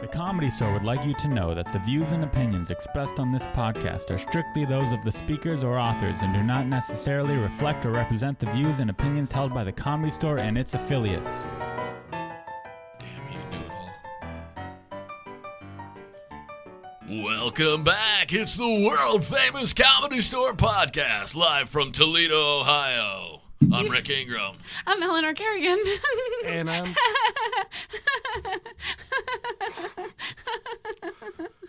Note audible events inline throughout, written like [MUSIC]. The Comedy Store would like you to know that the views and opinions expressed on this podcast are strictly those of the speakers or authors and do not necessarily reflect or represent the views and opinions held by the Comedy Store and its affiliates. Damn you, Noodle. Welcome back. It's the world famous Comedy Store podcast, live from Toledo, Ohio. I'm Rick Ingram. I'm [LAUGHS] Eleanor Kerrigan. and [LAUGHS] I'm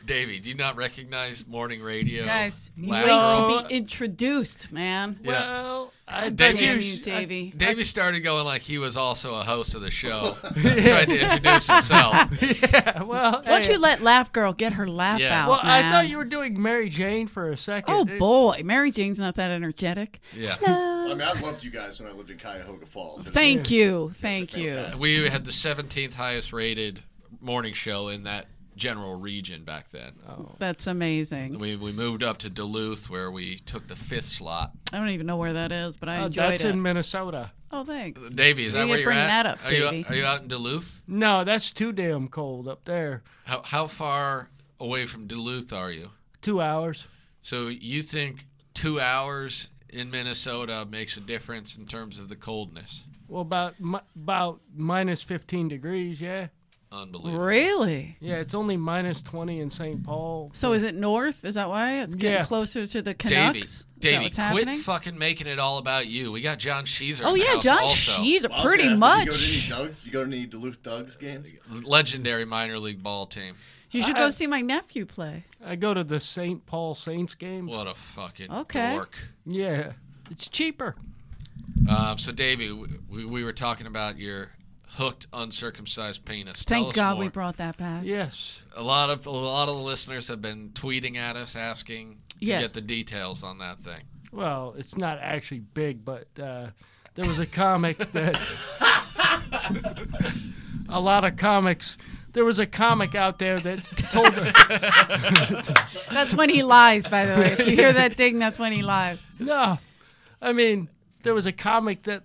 Davey, do you not recognize morning radio? Guys, you Laugh need Girl? to be introduced, man. Yeah. well. I Did bet you- Damn you, you, Davey. Davey started going like he was also a host of the show. Tried to introduce himself. yeah, well, Why don't hey. you let Laugh Girl get her laugh Yeah. out? Well, I man? thought you were doing Mary Jane for a second. Uh, Oh It- boy, Mary Jane's not that energetic. Yeah. I mean, I loved you guys when I lived in Cuyahoga Falls. It was Thank you, thank you. fantastic. We had the 17th highest rated morning show in that general region back then. That's amazing. We, we moved up to Duluth where we took the fifth slot. I don't even know where that is, but I Oh, Uh, enjoyed that's it. in Minnesota. oh, thanks. Davey, is You that where didn't you're bring at? that up, are, you, Davey. are you out in Duluth? No, that's too damn cold up there. How, how far away from Duluth are you? Two hours. So you think two hours in Minnesota makes a difference in terms of the coldness? Well, about mi- about minus 15 degrees. Yeah, Unbelievable. Really? yeah. It's only minus 20 in St. Paul. So is it north? Is that why it's getting Yeah. closer to the Canucks? Davey, Is that Davey, what's quit happening? fucking making it all about you. We got John Sheezer. in Oh the yeah, house John also. Sheezer, I was pretty gonna ask, much. Did you go to any Dugs? You go to any Duluth Dugs games? legendary minor league ball team. You should go see my nephew play. I go to the St. Paul Saints game. What a fucking Okay. dork. Yeah, it's cheaper. Um, so, Davey, we, we were talking about your hooked, uncircumcised penis. Tell Thank us God more. we brought that back. Yes. a lot of a lot of the listeners have been tweeting at us asking to Yes. get the details on that thing. Well, it's not actually big, but uh, there was a comic that [LAUGHS] a lot of comics. There was a comic out there that told That's when he lies, by the way. If you hear that ding, that's when he lies. [LAUGHS] no. I mean, there was a comic that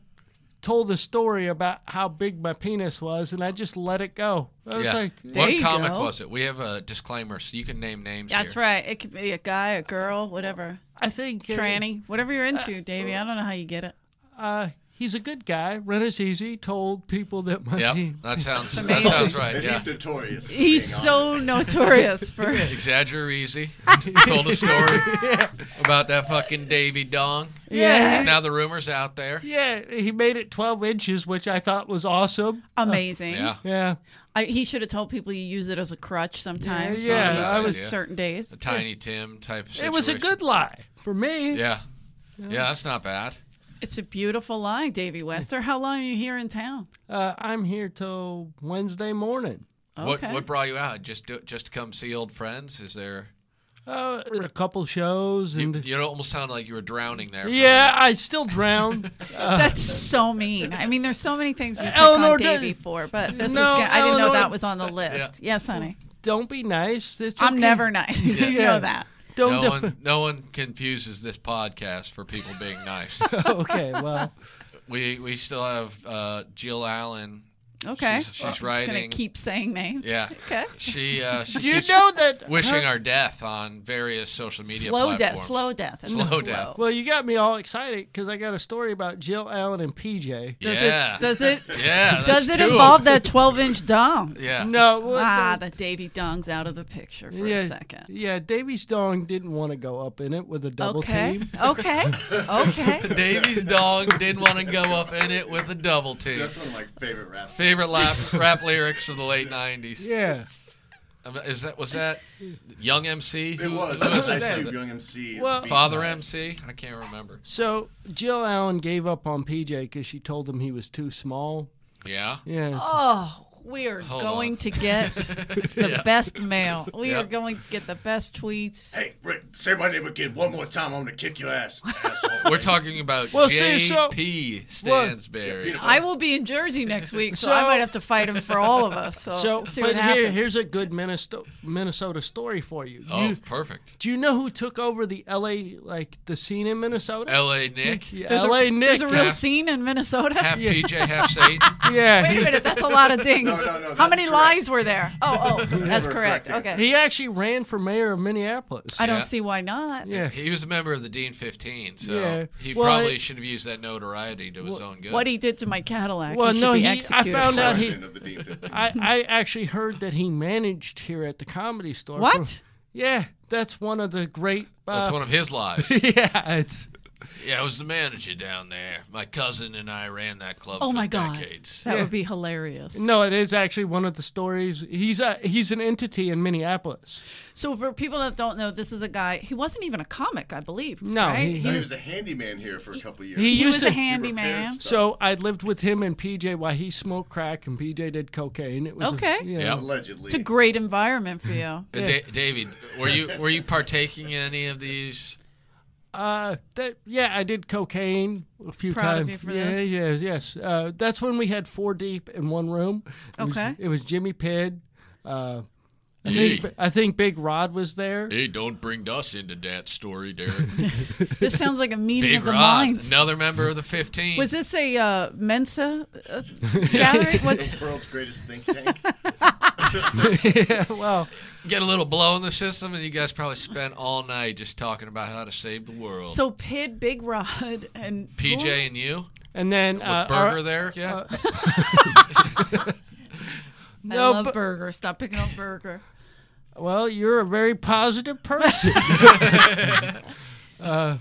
told a story about how big my penis was, and I just let it go. I was yeah. like, what you comic go. was it? We have a disclaimer, so you can name names. That's here. right. It could be a guy, a girl, whatever. I think uh, Tranny, whatever you're into, Davey. I don't know how you get it. Uh, he's a good guy. Run is easy. Told people that my Yep. pe- That [LAUGHS] sounds that sounds right. And Yeah. [LAUGHS] He's notorious. for He's being so honest. notorious for. Exagger [LAUGHS] easy. Told a story about that fucking Davy Dong. yeah. Now he's- the rumor's out there. Yeah, he made it 12 inches, which I thought was awesome. Amazing. Yeah. Yeah. I, he should have told people you use it as a crutch sometimes. Yeah, on yeah, I was- certain days. The Tiny Tim type situation. It was a good lie for me. Yeah. Yeah, that's not bad. It's a beautiful lie, Davey Wester. How long are you here in town? Uh, I'm here till Wednesday morning. What Okay. what brought you out? Just to, just to come see old friends? Is there Uh, there were a couple shows you, and you almost sounded like you were drowning there. for a [LAUGHS] yeah, I still drown. That's so mean. I mean, there's so many things we pick Eleanor on does- Davey for, but this No, is. ga- I didn't know Eleanor- that was on the list. Yes, honey. Don't be nice. It's I'm okay. never nice. [LAUGHS] you Yeah. know that. Don't. No def- one, no one confuses this podcast for people [LAUGHS] being nice. [LAUGHS] okay. Well, [LAUGHS] we we still have uh, Jill Allen. Okay. She's- she's I'm just writing- gonna keep saying names. Yeah, [LAUGHS] Okay. she uh, she do you keeps know that? wishing her- our death on various social media Slow death. platforms. Slow death. It's Slow slow death. well, you got me all excited because I got a story about Jill Allen and PJ. Does yeah, [LAUGHS] it? Does it? yeah. does that's it two. involve that 12-inch dong? [LAUGHS] Yeah, No. Well, Ah, the- the Davy Dong's out of the picture for yeah, a second. Yeah, Davy's dong didn't want to go up in it with a double Okay. team. [LAUGHS] Okay. Okay. Davy's dog didn't want to go up in it with a double team. That's one of my favorite rap. songs. Favorite [LAUGHS] lap, rap lyrics of the late '90s. Yeah. Um, Is that was that Young MC? It Who- was. who [LAUGHS] It was Ice that? Cube, Young MC. Well- Father MC? I can't remember. So Jill Allen gave up on PJ because she told him he was too small. Yeah. Yeah. Oh, we are Hold going on. [LAUGHS] to get the Yeah. best mail. We Yeah. are going to get the best tweets. Hey, Rick, say my name again one more time. I'm gonna kick [LAUGHS] your ass, asshole. We're talking about Well, see, so- J.P. Stansberry. Peanut I will be in Jersey next week, so, I So- might have to fight him for all of us. So, So, we'll Oh, see but what here, happens. here's a good Minnesota, Minnesota story for you. oh, you. [LAUGHS] perfect. Do you know who took over the LA, like the scene in Minnesota? L.A. Nick. Yeah, There's a- LA Nick. There's a real half- scene in Minnesota. [LAUGHS] half PJ, half Satan. yeah. Wait a minute, that's a lot of dings. lies? [LAUGHS] no, no, How that's many correct. lies were there? Oh, oh, that's a correct. correct answer. Okay. He actually ran for mayor of Minneapolis. I don't Yeah. see why not. yeah. He was a member of the Dean 15, so Yeah. he Well, probably it- should have used that notoriety to his own good. What he did to my Cadillac. Well, he should no, be he- I executed found for out it. he- President of the [LAUGHS] D15. I, I actually heard that he managed here at the comedy store. for- What? yeah, that's one of the great. Uh, That's one of his lives. [LAUGHS] yeah, it's yeah, I was the manager down there. My cousin and I ran that club Oh for my god, decades. that Yeah. would be hilarious. no, it is actually one of the stories. He's a, he's an entity in Minneapolis. So for people that don't know, this is a guy. He wasn't even a comic, I believe. No, right? he- No, he was a handyman here for a couple years. He he used was to- a he handyman. repaired So I lived with him and PJ while he smoked crack and PJ did cocaine. It was a- Okay. yeah. Yeah. allegedly. It's a great environment for [LAUGHS] you. Uh, Da- David, were you were you partaking in any of these? Uh, that, yeah, I did cocaine a few Proud times. of you for yeah, this. yeah, yes. Uh, that's when we had four deep in one room. It was- Okay. it was Jimmy Pidd. Uh, I think I think Big Rod was there. Hey, don't bring us into that story, [LAUGHS] Derek. [LAUGHS] This sounds like a meeting Big of the Rod, minds. another member of the 15. Was this a uh, Mensa [LAUGHS] uh, gathering? What? the world's greatest [LAUGHS] think tank. yeah, [LAUGHS] well, Get a little blow in the system, and you guys probably spent all night just talking about how to save the world. So Pid, Big Rod, and PJ who- and you? and then Was uh, Burger our- there? Yeah. I No, love but- Burger. Stop picking up Burger. well, you're a very [LAUGHS] positive person. [LAUGHS] Uh,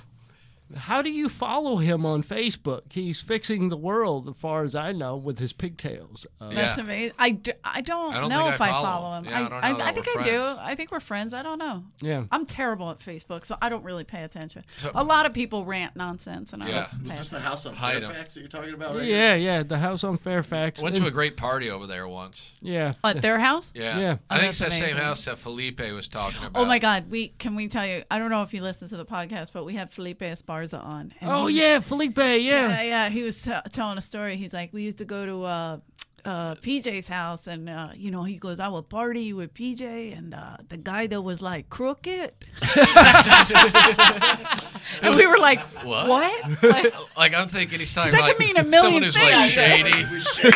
how do you follow him on Facebook? He's fixing the world, as far as I know, with his pigtails. Uh, That's Um, Yeah. amazing. I, d- I don't I don't know think if I I follow follow him. him. Yeah, I don't know that think we're I do. friends. I think we're friends. I don't know. yeah. I'm terrible at Facebook, so I don't really pay attention. So- a lot of people rant nonsense, and I Yeah. don't. pay Was this attention. the house on Hide 'em. Fairfax that you're talking about right Yeah, yeah, the house on Fairfax. Went And- to a great party over there once. yeah. At their house? Yeah. Yeah. I Oh, think it's that that's same amazing. house that Felipe was talking about. Oh my God! We can we tell you? I don't know if you listen to the podcast, but we had Felipe Esparza on. and Oh he- yeah, Felipe. Yeah. yeah, yeah. He was t- telling a story. He's like, we used to go to uh, uh, PJ's house, and uh, you know, he goes, I would party with PJ, and uh, the guy that was like crooked, [LAUGHS] and we were like, What? what? Like, Like I'm thinking he's talking That about could mean a million someone who's like things. [LAUGHS] Like, shady. it was [LAUGHS] shady.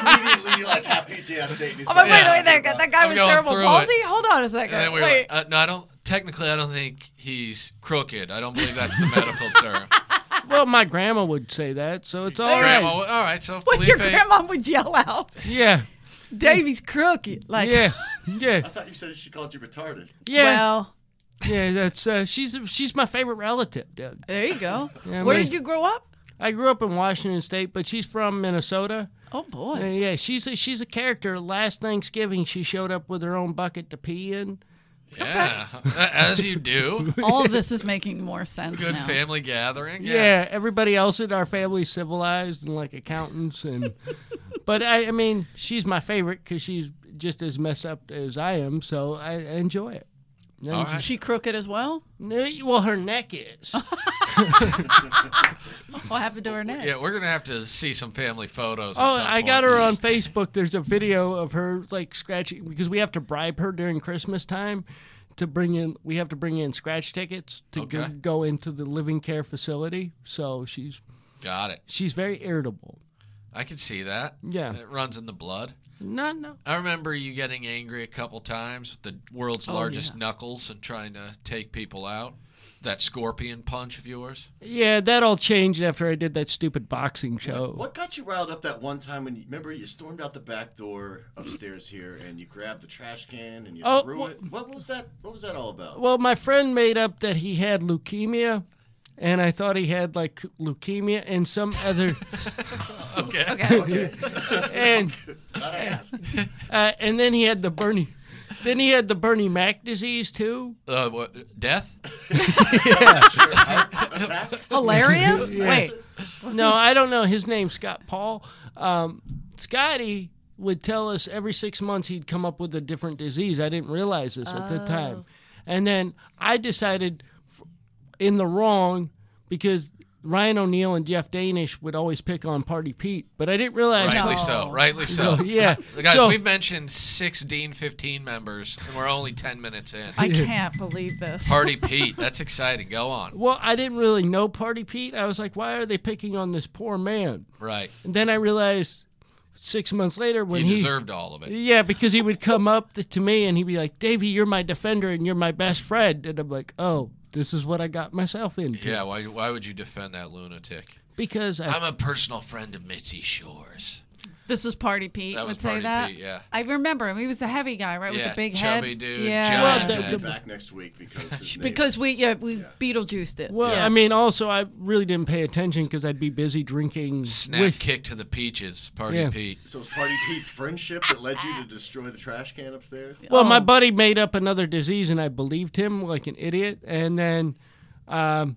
Immediately, you're like, happy PJ, I'm Satan. I'm like, wait, Yeah. wait, that guy, that guy I'm was going terrible. through Palsy? it. Hold on a second. And then we were wait. like, uh, no, I don't. Technically, I don't think he's crooked. I don't believe that's the [LAUGHS] medical term. Well, my grandma would say that, so it's all right. Grandma, all right. So what your Felipe, grandma would yell out, [LAUGHS] Yeah. Davy's crooked. Like, Yeah. I Yeah. thought you said she called you retarded. Yeah. well, yeah, that's uh, she's she's my favorite relative. dude. there you go. Yeah, Where man. did you grow up? I grew up in Washington state, but she's from Minnesota. Oh, Uh, [LAUGHS] boy. yeah, she's a, she's a character. Last Thanksgiving, she showed up with her own bucket to pee in. yeah, uh, as you do. All of this is making more sense [LAUGHS] Good now. family gathering. Yeah. everybody else in our family civilized and like accountants and [LAUGHS] but I, I mean, she's my favorite cuz she's just as messed up as I am, so I, I enjoy it. And All right. She crooked as well? she- Well, her neck is. What happened to her neck? Oh, Yeah, we're gonna have to see some family photos. at Oh, some I got point. her on Facebook. There's a video of her like scratching because we have to bribe her during Christmas time to bring in. We have to bring in scratch tickets to go, Okay. go into the living care facility. So she's Got it. she's very irritable. I can see that. Yeah. it runs in the blood. No, no. I remember you getting angry a couple times, the world's Oh, largest knuckles, and trying to take people out. That scorpion punch of yours. Yeah, that all changed after I did that stupid boxing show. What got you riled up that one time when you remember you stormed out the back door upstairs here and you grabbed the trash can and you Oh, threw wha- it? What was that? What was that all about? Well, my friend made up that he had leukemia, and I thought he had like leukemia and some other. [LAUGHS] Okay. [LAUGHS] and Glad [LAUGHS] I asked. uh, and then he had the Bernie. Then he had the Bernie Mac disease too. Uh, what, death? [LAUGHS] Hilarious? Wait. No, I don't know. His name's Scott Paul. Um, Scotty would tell us every six months he'd come up with a different disease. I didn't realize this at the time. And then I decided f- in the wrong because Ryan O'Neill and Jeff Danish would always pick on Party Pete, but I didn't realize. [LAUGHS] Rightly so. Rightly so. [LAUGHS] Yeah. Oh, Guys, so, we've mentioned six Dean 15 members, and we're only 10 minutes in. I can't believe this. Party Pete. That's exciting. Go on. well, I didn't really know Party Pete. I was like, why are they picking on this poor man? Right. And then I realized six months later when he he deserved all of it. yeah, because he would come up to me and he'd be like, "Davey, you're my defender and you're my best friend," and I'm like, "Oh, this is what I got myself into." Yeah, why, why would you defend that lunatic? Because I, I'm a personal friend of Mitzi Shores. This is Party Pete. That was would say Party that. Pete, yeah. I remember him. He was the heavy guy, right, with Yeah, the big chubby head. dude, yeah. giant Well, He'll the- be back next week because his name because is- we yeah we Beetlejuiced it. well, I mean, also I really didn't pay attention because I'd be busy drinking. Snap with- kick to the peaches, Party Yeah. Pete. So it's Party Pete's friendship that led you to destroy the trash can upstairs. Well, my Oh. buddy made up another disease, and I believed him like an idiot. And then, um,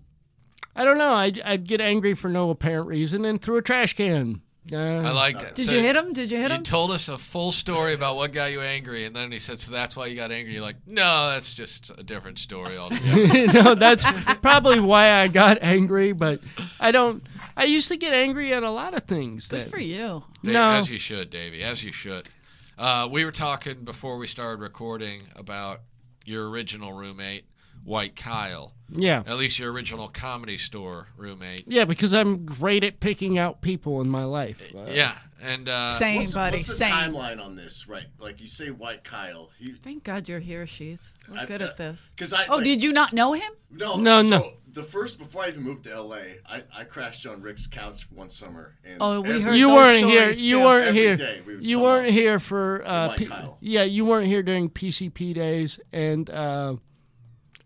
I don't know. I'd, I'd get angry for no apparent reason and threw a trash can. Uh, I like that. Did So you hit him? Did you hit You him? told us a full story about what got you angry, and then he said, "So that's why you got angry." You're like, "No, that's just a different story [LAUGHS] altogether." [LAUGHS] no, that's probably why I got angry. But I don't. I used to get angry at a lot of things. Good that- for you. Dave, No. As you should, Davey. As you should. Uh, we were talking before we started recording about your original roommate, White Kyle. Yeah. At least your original comedy store roommate. Yeah, because I'm great at picking out people in my life. Uh, Yeah, and uh, Same, What's the, buddy. what's the same. timeline on this? Right, like you say, White Kyle. He, Thank God you're here, Sheath. We're I- good uh, at this. 'cause I, Oh, like- did you not know him? No, No, so no. The first before I even moved to LA, I, I crashed on Rick's couch one summer. And Oh, we every- heard- You those weren't here. stories, You too. weren't Every here. day we would You come weren't out. here for. Uh, Like P- Kyle. yeah, you weren't here during PCP days, and uh,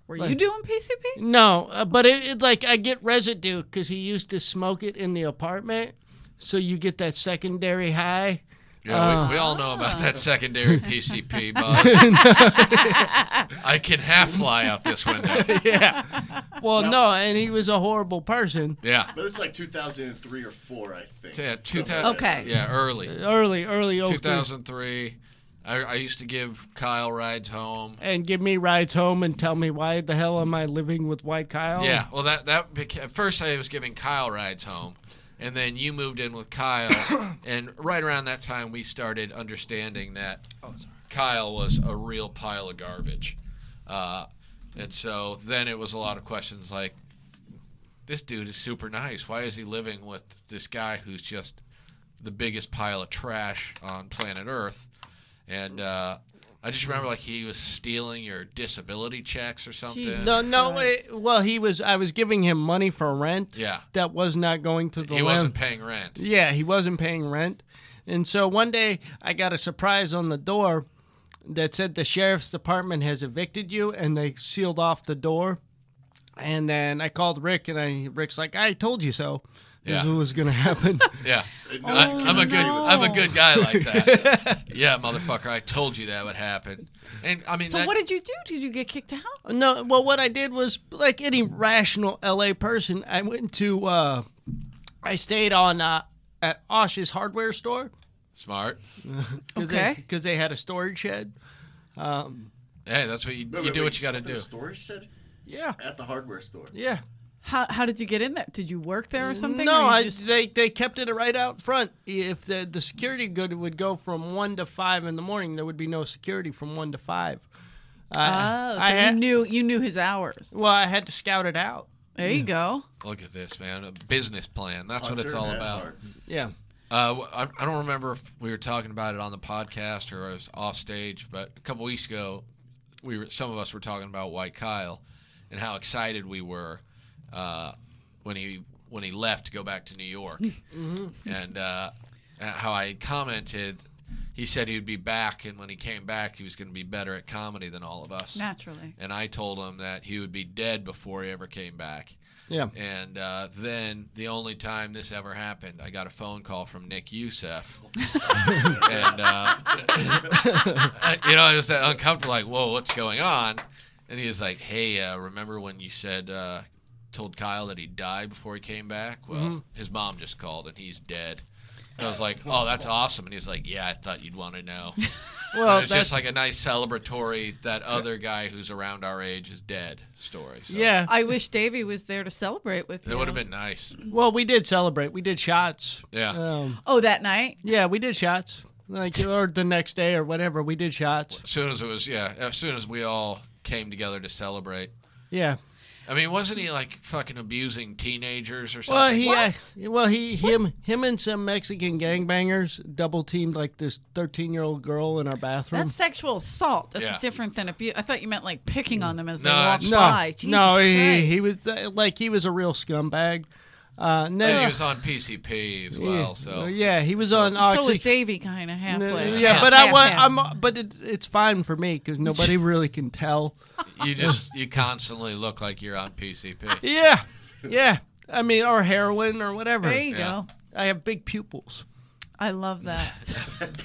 Were you doing PCP? No, uh, but it, it like I get residue because he used to smoke it in the apartment, so you get that secondary high. yeah, we, we all know about that secondary PCP buzz. I can half fly out this window. Well, no, and he was a horrible person. Yeah. But it's like 2003 or four, I think. Yeah, 2000, Okay. yeah, early. Early, early 2000. 2003. I, I used to give Kyle rides home. and give me rides home and tell me why the hell am I living with White Kyle? Yeah, well, that that became, at first I was giving Kyle rides home, and then you moved in with Kyle, and right around that time we started understanding that Kyle was a real pile of garbage, uh, and so then it was a lot of questions like, "This dude is super nice. Why is he living with this guy who's just the biggest pile of trash on planet Earth?" And uh, I just remember like he was stealing your disability checks or something. Jesus. No, no. It, well, he was. I was giving him money for rent. Yeah. That was not going to the. he land- wasn't paying rent. Yeah, he wasn't paying rent. And so one day I got a surprise on the door that said the sheriff's department has evicted you and they sealed off the door. And then I called Rick and I Rick's like, I told you so. This Yeah. is what was [LAUGHS] gonna happen. Yeah, I, I'm a good no. I'm a good guy like that. [LAUGHS] yeah, motherfucker, I told you that would happen. And I mean, So that, what did you do? Did you get kicked out? no well what I did was like any rational LA person, I went to uh I stayed on uh at Osh's hardware store. smart. Cause Okay. Because they, had a storage shed. Hey, that's what you, Wait, you wait, do. wait, what you got to slept in do. a storage shed Yeah. at the hardware store. Yeah. How, how did you get in that? Did you work there or something? No, or you I, just- they they kept it right out front. If the the security good would go from one to five in the morning, there would be no security from one to five. Oh, so I you had- knew you knew his hours. Well, I had to scout it out. There you go. Look at this, man. A business plan. That's what it's Hunter all at about. [LAUGHS] heart. Yeah, Uh, wh- I, I don't remember if we were talking about it on the podcast or I was off stage, but a couple weeks ago, we were some of us were talking about White Kyle and how excited we were uh, when he when he left to go back to New York, and uh, and how I commented. He said he would be back, and when he came back, he was going to be better at comedy than all of us. Naturally. And I told him that he would be dead before he ever came back. yeah. And uh, then the only time this ever happened, I got a phone call from Nick [LAUGHS] Youssef. and, uh, [LAUGHS] you know, I was that uncomfortable, like, whoa, what's going on? And he was like, hey, uh, remember when you said, uh, told Kyle that he'd die before he came back? Well, Mm-hmm. his mom just called and he's dead. And I was like, oh, that's awesome. And he's like, yeah, I thought you'd want to [LAUGHS] know. Well, And it's Oh, that's, just like a nice celebratory, that other guy who's around our age is dead story. So yeah. I wish Davey was there to celebrate with you. It would have been nice. Well, we did celebrate. We did shots. Yeah. Um, Oh, that night. yeah, we did shots. [LAUGHS] Like or the next day or whatever, we did shots. As soon as it was, yeah, as soon as we all came together to celebrate. Yeah. I mean, wasn't he like fucking abusing teenagers or something? Well, he uh, well he him him and some Mexican gangbangers double teamed like this thirteen year old girl in our bathroom. That's sexual assault. That's Yeah. different than abuse. I thought you meant like picking on them as they No, walked it's- no, by. Jesus no, he, Christ. he was uh, like he was a real scumbag. Uh, no, And he was on PCP as well, so yeah, he was on so was oxy. Uh, Davy kind of halfway. yeah, but I half, wa- half. I'm, uh, but it, it's fine for me because nobody really can tell. you just you constantly look like you're on PCP. Yeah, yeah. I mean, or heroin or whatever. There you Yeah. go. I have big pupils. I love that.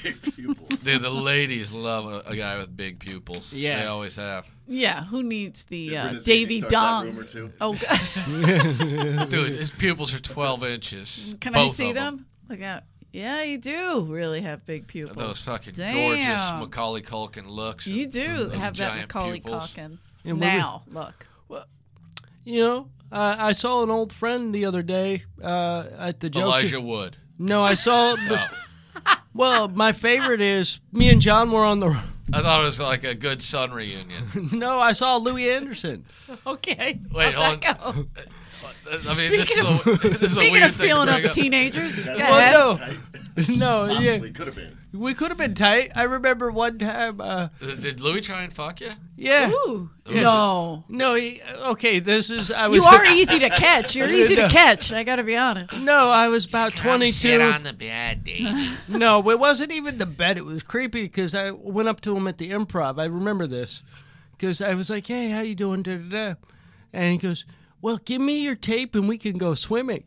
Big pupil. Dude, the ladies love a, a guy with big pupils. Yeah. they always have. Yeah, who needs the uh, Brendan Sandy Davy started that Dong? rumor, too. Oh, God. Dude, his pupils are 12 inches. [LAUGHS] can I both see of them? them? Look out. Yeah, you do really have big pupils. Those fucking Damn. gorgeous Macaulay Culkin looks. you and do those have that giant Macaulay pupils. Culkin. And what we- now, look. [LAUGHS] You know, uh, I saw an old friend the other day uh, at the joke. Elijah Wood. No, I saw. The, [LAUGHS] Oh. Well, my favorite is me and John were on the. I thought it was like a good son [LAUGHS] reunion. [LAUGHS] No, I saw Louis Anderson. Okay. Wait, I'll hold back I up. mean, this is, Speaking a, [LAUGHS] this is a Speaking weird of thing feeling to up bring up. teenagers, go That's [LAUGHS] ahead. Well, [LAUGHS] Tight. Oh, [LAUGHS] no, no, yeah, Possibly could have been. we could have been tight. I remember one time. Uh, Did- Did Louis try and fuck you? yeah, Ooh, no. [LAUGHS] no, he, okay. This is I was. You [LAUGHS] are easy to [LAUGHS] catch. You're easy to No. catch. I got to be honest. No, I was about twenty-two. the bed, Davey. No, it wasn't even the bed. It was creepy because I went up to him at the improv. I remember this because I was like, "Hey, how you doing?" Da, da, da. And he goes, "Well, give me your tape and we can go swimming."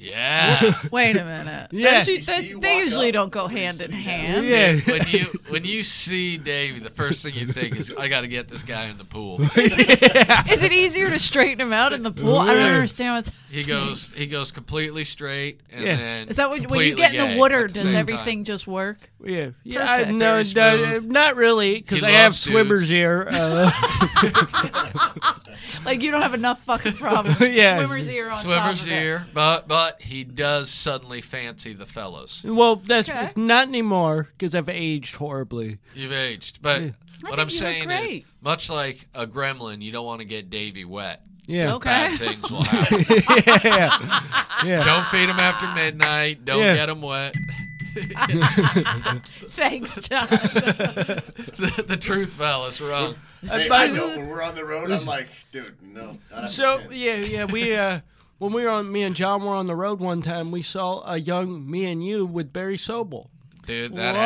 [LAUGHS] yeah. Wait a minute. [LAUGHS] Yeah. Those- You see that's- you they walk usually up, don't go hand in hand. [LAUGHS] Yeah, When you when you see Davey, the first thing you think is, I got to get this guy in the [LAUGHS] pool. Is it easier to straighten him out in the pool? I don't Yeah. understand what's. He goes he goes completely straight and Yeah. then Is that when, when you completely get in gay the water? at the Does same everything time. just work? yeah, yeah. I, Perfect. no, Very no, smooth. not really, because He I have loves dudes. swimmer's ear. Uh, [LAUGHS] Like you don't have enough [LAUGHS] fucking problems. Yeah. Swimmer's ear on Swimmer's top of it. ear, but but he does suddenly fancy the fellows. well, that's Okay. not anymore because I've aged horribly. You've aged, but what think I'm you look saying is, great. much like a gremlin, you don't want to get Davy wet. Yeah, Okay. Bad things will happen. [LAUGHS] yeah, yeah. don't feed him after midnight. Don't Yeah. get him wet. Thanks, [LAUGHS] John. the, the truth, fellas, we're wrong. Hey, I But- know. When we're on the road, I'm like, dude, no. not So 100%. yeah, yeah, we uh, when we were on, me and John were on the road one time. We saw a young me and you with Barry Sobel. Dude, that Whoa.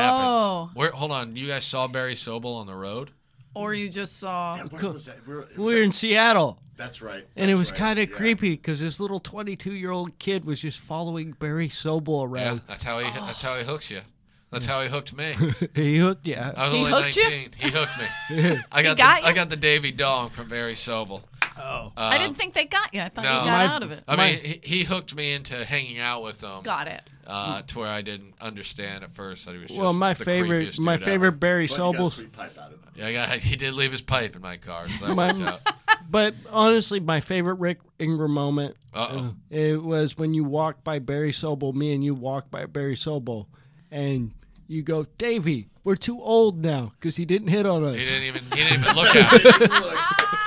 happens. Where, hold on. You guys saw Barry Sobel on the road? or you just saw. Uh, Yeah, Where was that? Where, it was We were that- in Seattle, That's right. and it was that's right, kind of yeah. creepy because this little twenty-two-year-old kid was just following Barry Sobel Yeah, around. [LAUGHS] that's how he Oh. that's how he hooks you. That's how he hooked me. he hooked yeah. I was He only hooked you? 19. He [LAUGHS] hooked me. I got, got the, you? I got the Davy Dong from Barry Sobel. Oh, I didn't think they got you. I thought no. you got My- out of it. I My- mean, he, he hooked me into hanging out with them. got it. uh, to where I didn't understand at first that he was. Just well, my the creepiest favorite, my dude ever. favorite Barry But you got a Sobel. sweet pipe [LAUGHS] out of it. Yeah, I got- [LAUGHS] he did leave his pipe in my car, so that My- worked [LAUGHS] out. But honestly, my favorite Rick Ingram moment. Uh-oh. It was when you walked by Barry Sobel. Me and you walked by Barry Sobel, and you go, Davey, we're too old now because he didn't hit on us. He didn't even. He didn't even look at us. Look,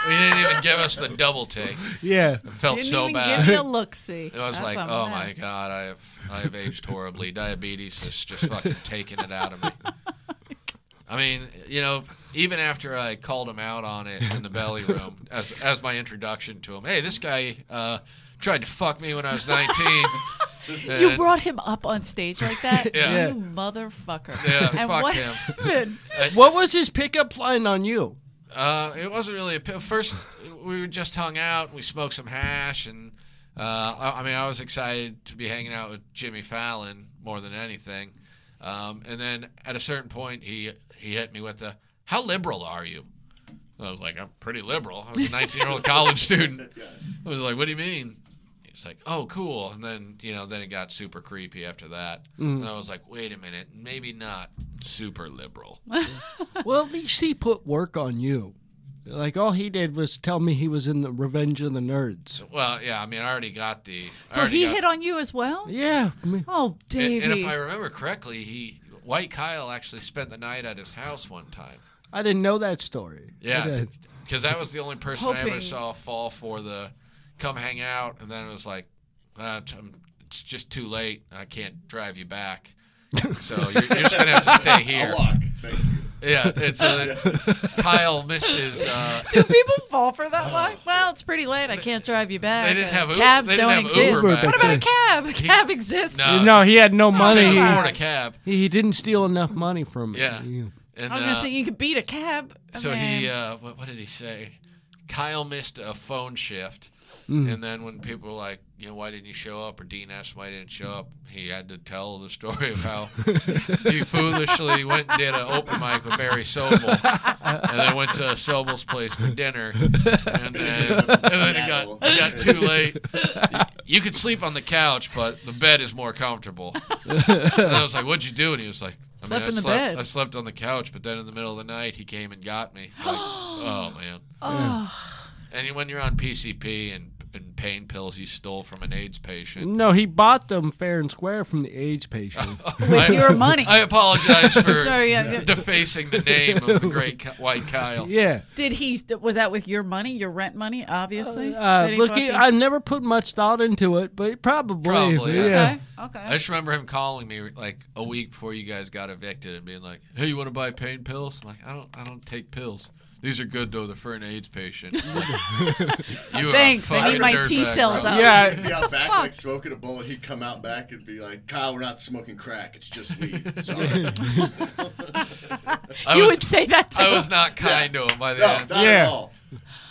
He didn't even give us the double take. Yeah. It felt Didn't so even bad. give you a look. [LAUGHS] See, It was like, oh my god, I have I have aged horribly. Diabetes has just fucking taken it out of me. I mean, you know, even after I called him out on it in the belly room as as my introduction to him, hey, this guy uh, tried to fuck me when I was nineteen. You and- brought him up on stage like [LAUGHS] that, Yeah. you motherfucker. Yeah, and fuck what him. happened? What was his pickup line on you? Uh, it wasn't really a pill. First, we were just hung out. We smoked some hash, and uh, I, I mean, I was excited to be hanging out with Jimmy Fallon more than anything. Um, and then at a certain point, he he hit me with the "How liberal are you?" I was like, "I'm pretty liberal." I was a 19 year old college student. I was like, "What do you mean?" He's like, "Oh, cool." And then you know, then it got super creepy after that. Mm. And I was like, "Wait a minute, maybe not super liberal." Well, at least he put work on you. Like all he did was tell me he was in the Revenge of the Nerds. Well, yeah, I mean, I already got the. I So already he got- hit on you as well? Yeah. me- Oh, And, Davey. and if I remember correctly, he White Kyle actually spent the night at his house one time. I didn't know that story. I Yeah, did. th- because that was the only person I ever Hoping. saw fall for the come hang out, and then it was like, uh, t- um, it's just too late. I can't drive you back, so you're, you're just gonna have to [LAUGHS] stay here. I'll walk. Thank you. Yeah, it's uh, Kyle missed his. Uh, [LAUGHS] Do people fall for that line? Well, it's pretty late. I can't drive you back. Oh, they didn't have Uber. Cabs they didn't don't have exist. Uber back What about a then. cab? A cab exists. No, [LAUGHS] no, he had no he money. couldn't He, afford a cab. he didn't steal enough money from me. uh, Yeah. And, I was uh, gonna say you could beat a cab. Oh, So man. he, uh, what, what did he say? Kyle missed a phone shift, and then when people were like, you know, why didn't you show up? Or Dean asked why he didn't show up. He had to tell the story of how he foolishly went and did an open mic with Barry Sobel, and then went to Sobel's place for dinner, and then, and then it got Seattle. it got too late. You, you could sleep on the couch, but the bed is more comfortable. And I was like, "What'd you do?" And he was like, "I Slept I in the slept, bed. I slept on the couch, but then in the middle of the night, he came and got [GASPS] me." Like, oh man! Oh, And when you're on PCP and and pain pills you stole from an AIDS patient, No, he bought them fair and square from the [LAUGHS] age patient. [LAUGHS] with I, your money. I apologize for [LAUGHS] Sorry, yeah. defacing the name of the great Ki- white Kyle. yeah. Did he? Was that with your money? Your rent money, obviously. Uh, Did he look, fucking- he- I never put much thought into it, but probably. Probably, yeah. yeah. okay. Okay. I just remember him calling me like a week before you guys got evicted and being like, "Hey, you want to buy pain pills?" I'm like, "I don't, I don't take pills. These are good though. They're for an AIDS patient." [LAUGHS] you are a Thanks, I need fucking my dirtbag, T cells bro. up. Yeah. He'd be out back like smoking a bullet. He'd come out back and be like, "Kyle, we're not smoking crack. It's [LAUGHS] just weed." Sorry. no, I you was, would say that to I him. was not [LAUGHS] kind to him by the not end. at Yeah. all.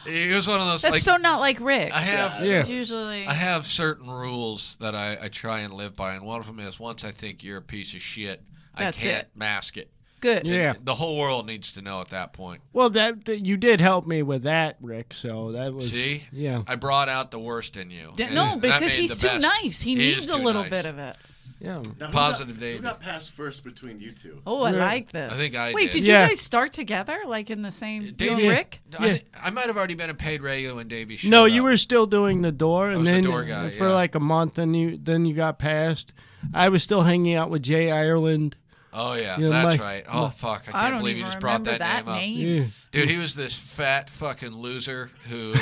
It was one of those That's like so not like Rick. I have Yeah. It's Usually. I have certain rules that I, I try and live by, and one of them is once I think you're a piece of shit, That's I can't it. mask it. Good. Yeah. The whole world needs to know at that point. Well, that, that- you did help me with that, Rick. So that was See, Yeah. I brought out the worst in you. D- and No, that because made he's the too best. nice. He, is needs a too little nice. bit of it. yeah. Now, who Positive got- David. Who got past first between you two? [LAUGHS] Oh, I Yeah. like this. I think I Wait, did. did Yeah. you guys start together, like in the same? you and Davey- Rick? I, thi- I might have already been a paid regular when Davey showed No, you up. were still doing the door, and was the then door guy, for yeah. like a month, and you then you got passed. I was still hanging out with Jay Ireland. Oh yeah, Yeah, that's my- right. Oh fuck, I can't I don't believe you even just brought remember that, that name up. name. Yeah. Dude, he was this fat fucking loser [LAUGHS] who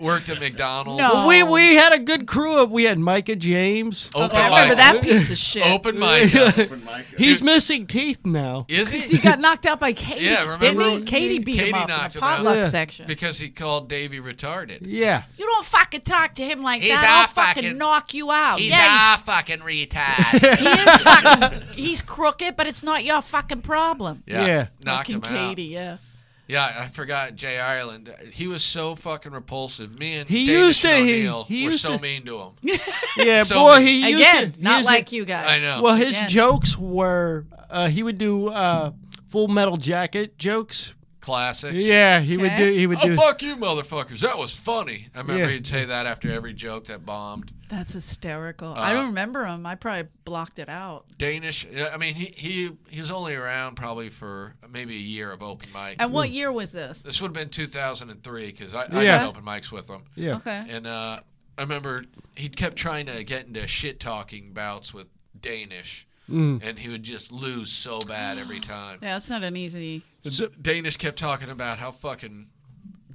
worked at McDonald's. No. We we had a good crew up. We had Micah James. Open I remember mic. that piece [LAUGHS] of shit. [LAUGHS] Open mic. [LAUGHS] up. Open mic. He's missing teeth now. Is He he? got knocked out by Katie. Yeah, remember Didn't when he? Katie beat Katie him up in knocked the him out? Potluck Yeah. section. Because he called Davey retarded. Yeah. you don't fucking talk to him like He's that. our I'll fucking, fucking- knock you out. He's yeah, a fucking retard. [LAUGHS] he's, he is fucking, he's crooked, but it's not your fucking problem. yeah, [LAUGHS] Yeah. knocked Fucking him out. Katie, yeah. Yeah, I forgot Jay Ireland. He was so fucking repulsive. Me and He Davis used to- and he- O'Neal he were used so to- mean to him. Yeah, So- boy, he used Again, to, he not used to- like you guys. I know. Well, his Again. jokes were uh, he would do uh, Full Metal Jacket jokes. Classics. Yeah, he would do. He would Oh do. fuck you, motherfuckers! That was funny. I remember Yeah. he'd say that after every joke that bombed. That's hysterical. Uh, I don't remember him. I probably blocked it out. Danish. I mean, he he he was only around probably for maybe a year of open mic. And what year was this? this would have been 2003 because I, I Yeah. did open mics with him. Yeah. Okay. And uh, I remember he kept trying to get into shit talking bouts with Danish, and he would just lose so bad every time. Yeah, it's not an easy. So Danish kept talking about how fucking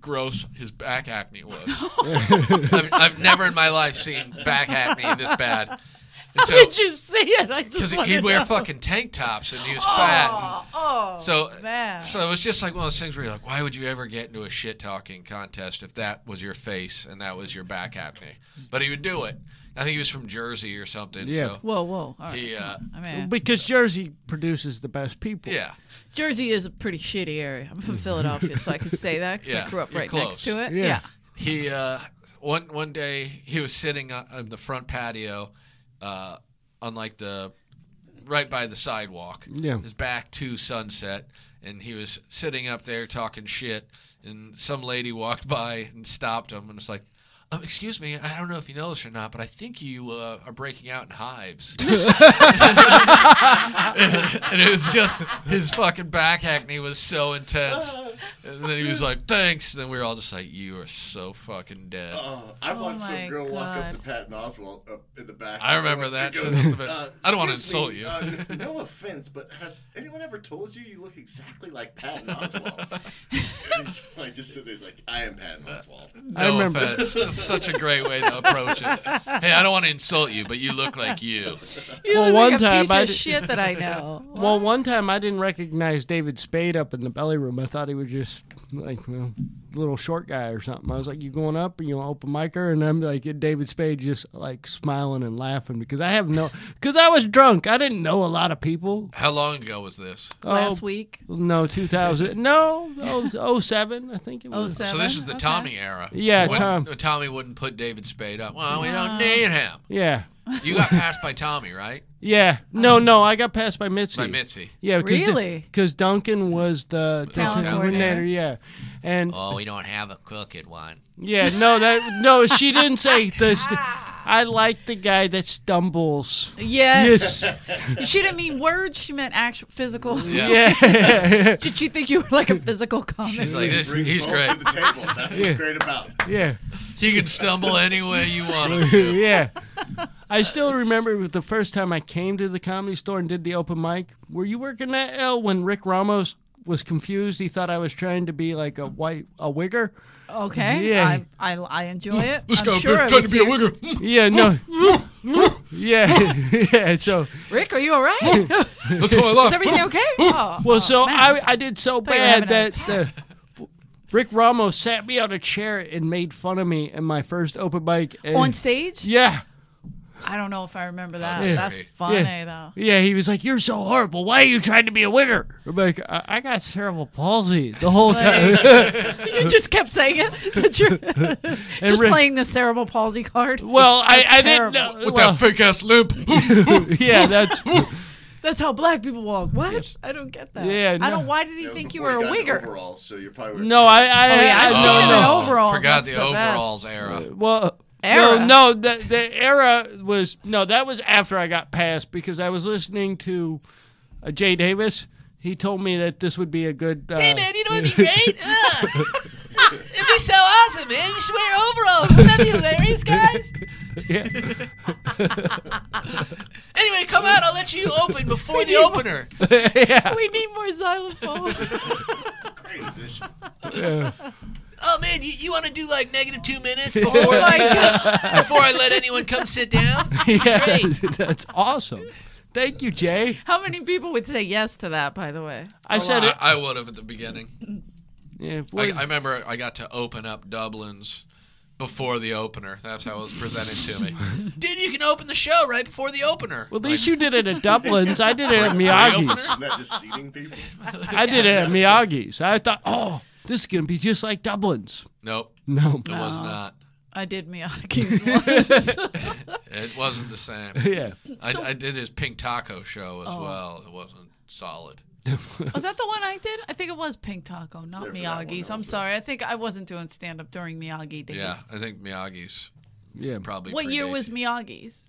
gross his back acne was. [LAUGHS] I've, I've never in my life seen back acne this bad. And [LAUGHS] so, Did you see it? I because just wanna he'd wear know. fucking tank tops and he was fat. Oh, So, man. so it was just like one of those things where you're like, why would you ever get into a shit talking contest if that was your face and that was your back acne? But he would do it. I think he was from Jersey or something. Yeah. So Whoa, whoa. All right. he, uh, I mean, Because Jersey produces the best people. yeah, Jersey is a pretty shitty area. I'm from Philadelphia, so I can say that 'cause Mm. Yeah, I grew up you're right close. next to it. Yeah. he uh, one one day he was sitting on, on the front patio, uh, on like the right by the sidewalk. Yeah. his back to sunset, and he was sitting up there talking shit. And some lady walked by and stopped him, and was like. Um, excuse me, I don't know if you know this or not, but I think you uh, are breaking out in hives. [LAUGHS] and it was just his fucking back acne was so intense. And then he was like, "Thanks." And then we were all just like, "You are so fucking dead." Oh, I watched my some girl walk up God. to Patton Oswald up in the back. I remember He that. goes, So that's the bit- uh, [LAUGHS] I don't want to "Excuse me, insult you. uh, [LAUGHS] n- no offense, but has anyone ever told you you look exactly like Patton Oswald? [LAUGHS] and he's like just sitting there, he's like, I am Patton Uh, Oswald. I No remember. offense. It's such a great way to approach it. Hey, I don't want to insult you, but you look like you. You Well, look one like a time piece I of did- shit that I know. [LAUGHS] Well, one time I didn't recognize David Spade up in the belly room. I thought he was just like you know, little short guy or something. I was like, "You going up? You know, open micer?" And I'm like, and David Spade just like smiling and laughing because I have no, [LAUGHS] because I was drunk. I didn't know a lot of people. Oh, How long ago was this? Last week. No, 2000. No, oh, 07, I think it Oh, was. So this is the okay. Tommy era. Yeah, when Tom. when Tommy wouldn't put David Spade up. Well, we don't need him. Yeah. You got passed by Tommy, right? Yeah. No, no, I got passed by Mitzi. By Mitzi. Yeah, because Really? Duncan was the Talent talent coordinator. Yeah, and Oh, we don't have a crooked one. yeah, no, that no, she didn't say this. I like the guy that stumbles. Yes. Yes. She didn't mean words. She meant actual physical. [LAUGHS] Yeah. [LAUGHS] Yeah. [LAUGHS] Did she think you were like a physical comic? She's like, this, Brings he's both great. to the table. That's what's great about. it. yeah. He can stumble any way you want him [LAUGHS] to. yeah. I still remember the first time I came to the comedy store and did the open mic. Were you working that L when Rick Ramos was confused? He thought I was trying to be like a white a wigger. Okay. Yeah. I, I, I enjoy it. This I'm guy up sure here it trying to was be a you. wigger. [LAUGHS] Yeah, no. yeah. [LAUGHS] Yeah, so Rick, are you all [LAUGHS] right? [LAUGHS] That's how I Is laugh. everything okay? Oh, Well, so man. I, I did so you were having bad that the, Rick Ramos sat me on a chair and made fun of me in my first open mic. And, on stage? Yeah. I don't know if I remember that. Yeah. That's Yeah. funny though. Yeah, he was like, You're so horrible. Why are you trying to be a winner? I'm like, I, I got cerebral palsy the whole [LAUGHS] time. [LAUGHS] You just kept saying it. That you're just Rick- playing the cerebral palsy card. well, I, That's I didn't terrible. know. With well, that fake ass limp. [LAUGHS] yeah, that's. [LAUGHS] That's how black people walk. What? I don't get that. Yeah, I no. don't. Why did he That was think you before were a got into wigger? Overalls, so you're probably wearing- No, I. I, Oh, yeah, I, I've seen it in no, no. overalls. Forgot That's the the best. overalls era. Well, Era. no, no, the the era was no, that was after I got passed because I was listening to uh, Jay Davis. He told me that this would be a good. Uh, hey Man, you know what'd be great? [LAUGHS] Uh, Ah. it'd be so awesome, man. You should wear overalls. Wouldn't that be [LAUGHS] hilarious, guys? Anyway, come out. I'll let you open before the opener. We need more xylophones. [LAUGHS] Great addition. Oh man, you, you want to do like negative two minutes before before [LAUGHS] Oh my before I let anyone come sit down? [LAUGHS] yeah, [LAUGHS] that's awesome. Thank you, Jay. How many people would say yes to that? By the way. I said I, it. I would have at the beginning. Yeah, I, what- I remember I got to open up Dublin's before the opener. That's how it was presented to me. [LAUGHS] Dude, you can open the show right before the opener. well, at least you did it at Dublin's. I did it at Miyagi's. Isn't that just [LAUGHS] seating people? I did it at Miyagi's. I thought, oh, this is gonna be just like Dublin's. Nope, No, it was not. I did Miyagi's [LAUGHS] once. It wasn't the same. [LAUGHS] yeah, I, I did his Pink Taco show as well. It wasn't solid. was that the one I did? I think it was Pink Taco, not for that one, Miyagi's. that I'm was it. sorry. I think I wasn't doing stand up during Miyagi days. Yeah, I think Miyagi's yeah, probably. What year predates was you. Miyagi's?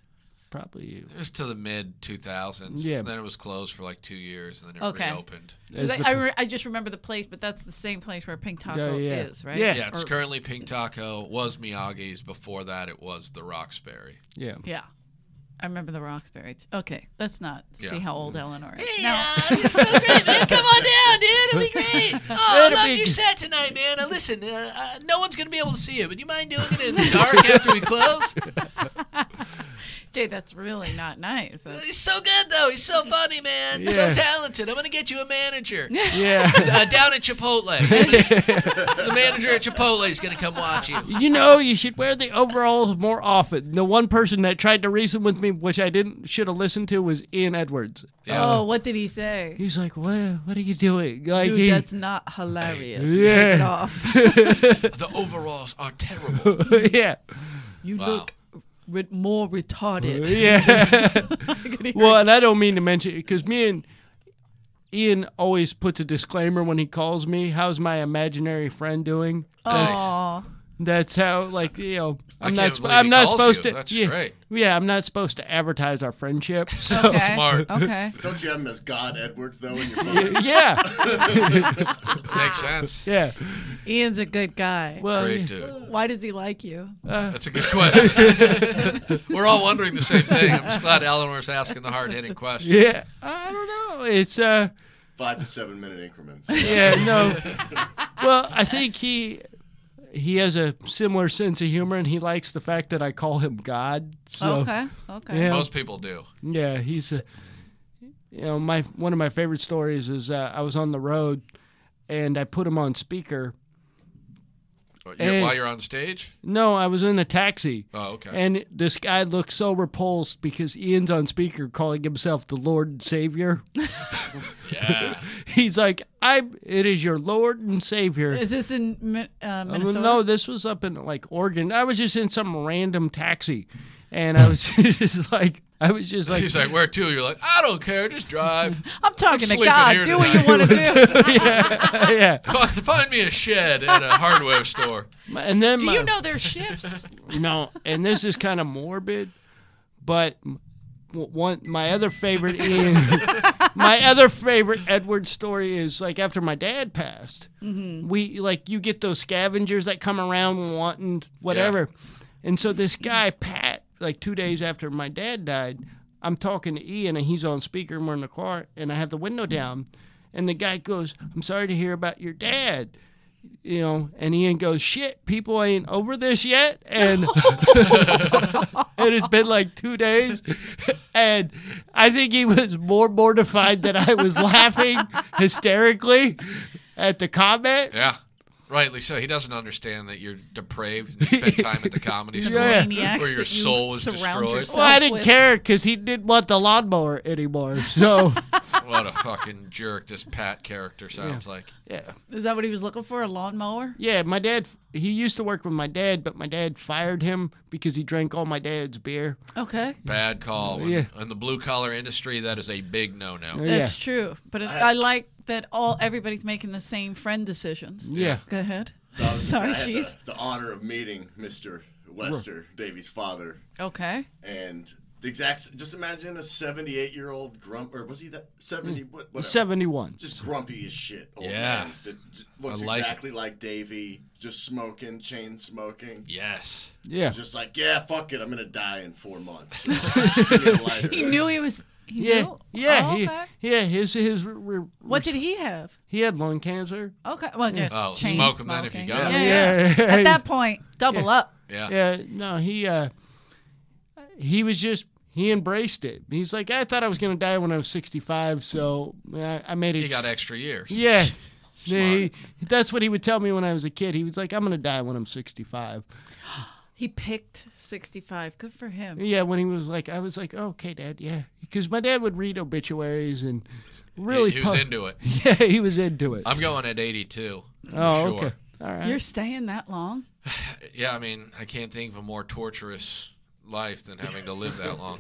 probably. you. It was to the mid 2000s. Yeah. And then it was closed for like two years, and then it Okay. reopened. 'Cause As I, the- I, re- I just remember the place, but that's the same place where Pink Taco yeah. is, right? Yeah. Yeah, it's Or- currently Pink Taco. Was Miyagi's before that? It was the Roxbury. yeah. Yeah. I remember the Roxbury. Okay, let's not see Yeah. how old Eleanor is. Yeah, you're Ah, so great, man. Come on down, dude. It'll be great. Oh, [LAUGHS] It'll I loved be- your set tonight, man. Uh, listen, uh, uh, no one's gonna be able to see it, but you mind doing it in the dark? Dark after we [LAUGHS] close? Jay, that's really not nice. [LAUGHS] That's- He's so good though. He's so funny, man. So Yeah. talented. I'm gonna get you a manager yeah. [LAUGHS] uh, down at Chipotle. the manager at Chipotle is gonna come watch you. You know, you should wear the overalls more often. The one person that tried to reason with me, which I didn't should have listened to, was Ian Edwards. oh, what did he say? He's like, "What? What are you doing?" Like, Dude, he, that's not hilarious. Yeah. Take it off. the overalls are [LAUGHS] terrible. [LAUGHS] yeah, You Wow. look re- more retarded. yeah. [LAUGHS] I could hear well, and I don't mean to mention it because me and Ian always puts a disclaimer when he calls me. How's my imaginary friend doing? Aw. That's how, like, you know, I can't I'm not. sp- believe I'm he not calls supposed you. to. That's yeah, great. yeah, I'm not supposed to advertise our [LAUGHS] friendship. So, Okay. Smart. Oh, Okay. Don't you have him as God Edwards though in your phone? yeah, Makes sense. yeah. [LAUGHS] Ian's a good guy. Oh, Well, Great yeah. dude. Why does he like you? That's a good question. [LAUGHS] We're all wondering the same thing. I'm just glad Eleanor's asking the hard hitting question. yeah. I don't know. It's uh, Five to seven [LAUGHS] minute increments. yeah, no. Well, I think he he has a similar sense of humor, and he likes the fact that I call him God. So, okay. Okay. Oh. Yeah. Most people do. Yeah, he's a, you know my one of my favorite stories is uh, I was on the road and I put him on speaker. But Hey. You're, while you're on stage? No, I was in a taxi. Oh, okay. And this guy looked so repulsed because Ian's on speaker calling himself the Lord and Savior. [LAUGHS] yeah. He's like, "I it is your Lord and Savior." Is this in Min- uh, I mean, Minnesota? no, this was up in like Oregon. I was just in some random taxi, and I was [LAUGHS] just like, I was just like, [LAUGHS] He's like, where to? You're like, I don't care. Just drive. [LAUGHS] I'm talking to sleeping here God. Do what you tonight. want to [LAUGHS] [LAUGHS] do. yeah. [LAUGHS] Fi- Find me a shed at a hardware store. And then Do my, you know their shifts? no, and this is kind of morbid, but m- w- one my other favorite Ian, my other favorite Edward story is like after my dad passed, we like you get those scavengers that come around wanting whatever, and so this guy Pat, like two days after my dad died, I'm talking to Ian and he's on speaker and we're in the car and I have the window down, and the guy goes, "I'm sorry to hear about your dad." you know, and Ian goes, "Shit, people ain't over this yet," and [LAUGHS] and it's been like two days, and I think he was more mortified that I was laughing hysterically at the comment. Yeah. Rightly so. He doesn't understand that you're depraved and you [LAUGHS] spent time at the comedy store Yeah. Maniacs where your that you soul was surround destroyed. yourself- Well, I didn't Self-wit. care because he didn't want the lawnmower anymore. So, What a fucking jerk this Pat character sounds like. yeah. Is that what he was looking for? A lawnmower? yeah, my dad. He used to work with my dad, but my dad fired him because he drank all my dad's beer. Okay. Bad call. In, Uh, Yeah. in the blue collar industry, that is a big no no. That's true. But it, I like that all everybody's making the same friend decisions. yeah, Go ahead. So [LAUGHS] I was- Sorry, I had she's- the, the honor of meeting Mr. Wester, Davy's father, Okay. and the exact. s- Just imagine a 78 year old grump, or was he that 70? What, whatever. seventy-one. Just grumpy as shit. Old Hmm. Yeah. man that j- looks I like it. exactly like Davy, just smoking, chain smoking. Yes. Yeah, Just like, yeah, fuck it, I'm gonna die in [LAUGHS] four months. Get lighter. He knew he was. He Yeah, Knew? yeah, Oh, he- okay. yeah. His his. re- re- What did he have? He had lung cancer. Okay. Well, just Oh, chain smoke 'em then if you smoking. got 'em. yeah, yeah. [LAUGHS] Yeah. At that point, double up. Yeah. Yeah, no, he uh, he was just he embraced it. He's like, I thought I was gonna die when I was sixty-five, so I, I made it. He got extra years. [LAUGHS] Yeah. He- that's what he would tell me when I was a kid. He was like, "I'm gonna die when I'm 65." He picked 65. Good for him. Yeah, when he was like, I was like, oh, "Okay, Dad, yeah," because my dad would read obituaries and really. he, he pu- was into it. [LAUGHS] yeah, he was into it. I'm going at 82. [LAUGHS] oh, sure. okay. All right. You're staying that long? Yeah, I mean, I can't think of a more torturous life than having to live that [LAUGHS] long.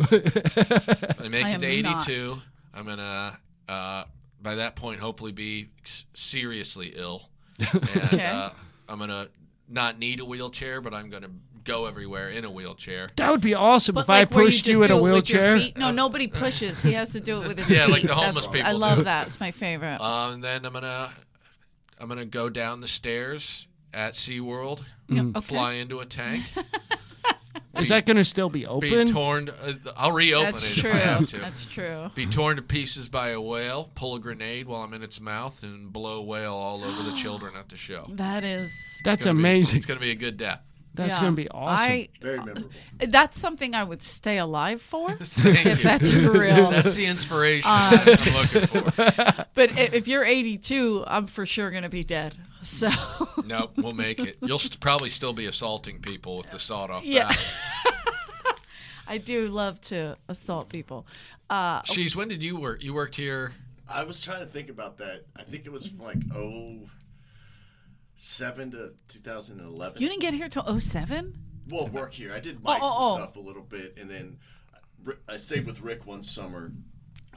I make I it to am not. 82. I'm gonna, uh, by that point, hopefully be s- seriously [LAUGHS] ill, and Okay. uh, I'm gonna not need a wheelchair, but I'm gonna go everywhere in a wheelchair. that would be awesome if I like, where pushed just you, in do a it with your wheelchair. feet. No, nobody pushes. He has to do it with [LAUGHS] his Yeah, feet. like the homeless That's- people I love do. that. It's my favorite. Um, and then I'm gonna, I'm gonna go down the stairs at SeaWorld, okay. fly into a tank, [LAUGHS] Is that going to still be open? be torn. Uh, I'll reopen That's it true. if I have to. That's true. Be torn to pieces by a whale, pull a grenade while I'm in its mouth, and blow whale all over [GASPS] the children at the show. That is. That's gonna be- amazing. it's going to be a good [LAUGHS] death. [LAUGHS] That's yeah. going to be awesome. I, Very memorable. that's something I would stay alive [LAUGHS] for. Thank if you. that's [LAUGHS] Uh, [LAUGHS] real. That's the inspiration that I'm looking for. [LAUGHS] but i- if you're 82, I'm for sure going to be dead. [LAUGHS] So, Nope, we'll make it. You'll st- probably still be assaulting people with the sawed off Yeah. bat. I do love to assault people. Uh, She's, when did you work? You worked here? I was trying to think about that. I think it was from like oh seven to 2011. you didn't get here till 07? well, work here. I did mics oh, oh. and stuff a little bit, and then Ri- I stayed with Rick one summer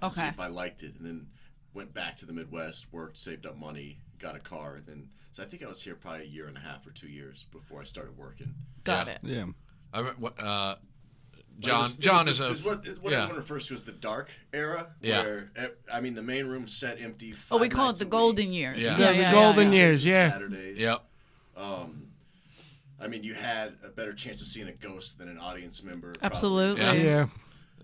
to see Okay. if I liked it, and then went back to the Midwest, worked, saved up money, got a car, and then So I think I was here probably a year and a half or two years before I started working. Got Yeah. it. Yeah. I re- what, uh, But it John was- it John was is the- a is what, is what yeah. everyone refers to as the dark era. Yeah. Where eh, I mean, the main room set empty. Oh, we five call it nights the a week, golden years. Yeah. Yeah, the golden Tuesdays years, and yeah. Saturdays. Yep. I mean, you had a better chance of seeing a ghost than an audience member. probably. Absolutely. Yeah. Yeah.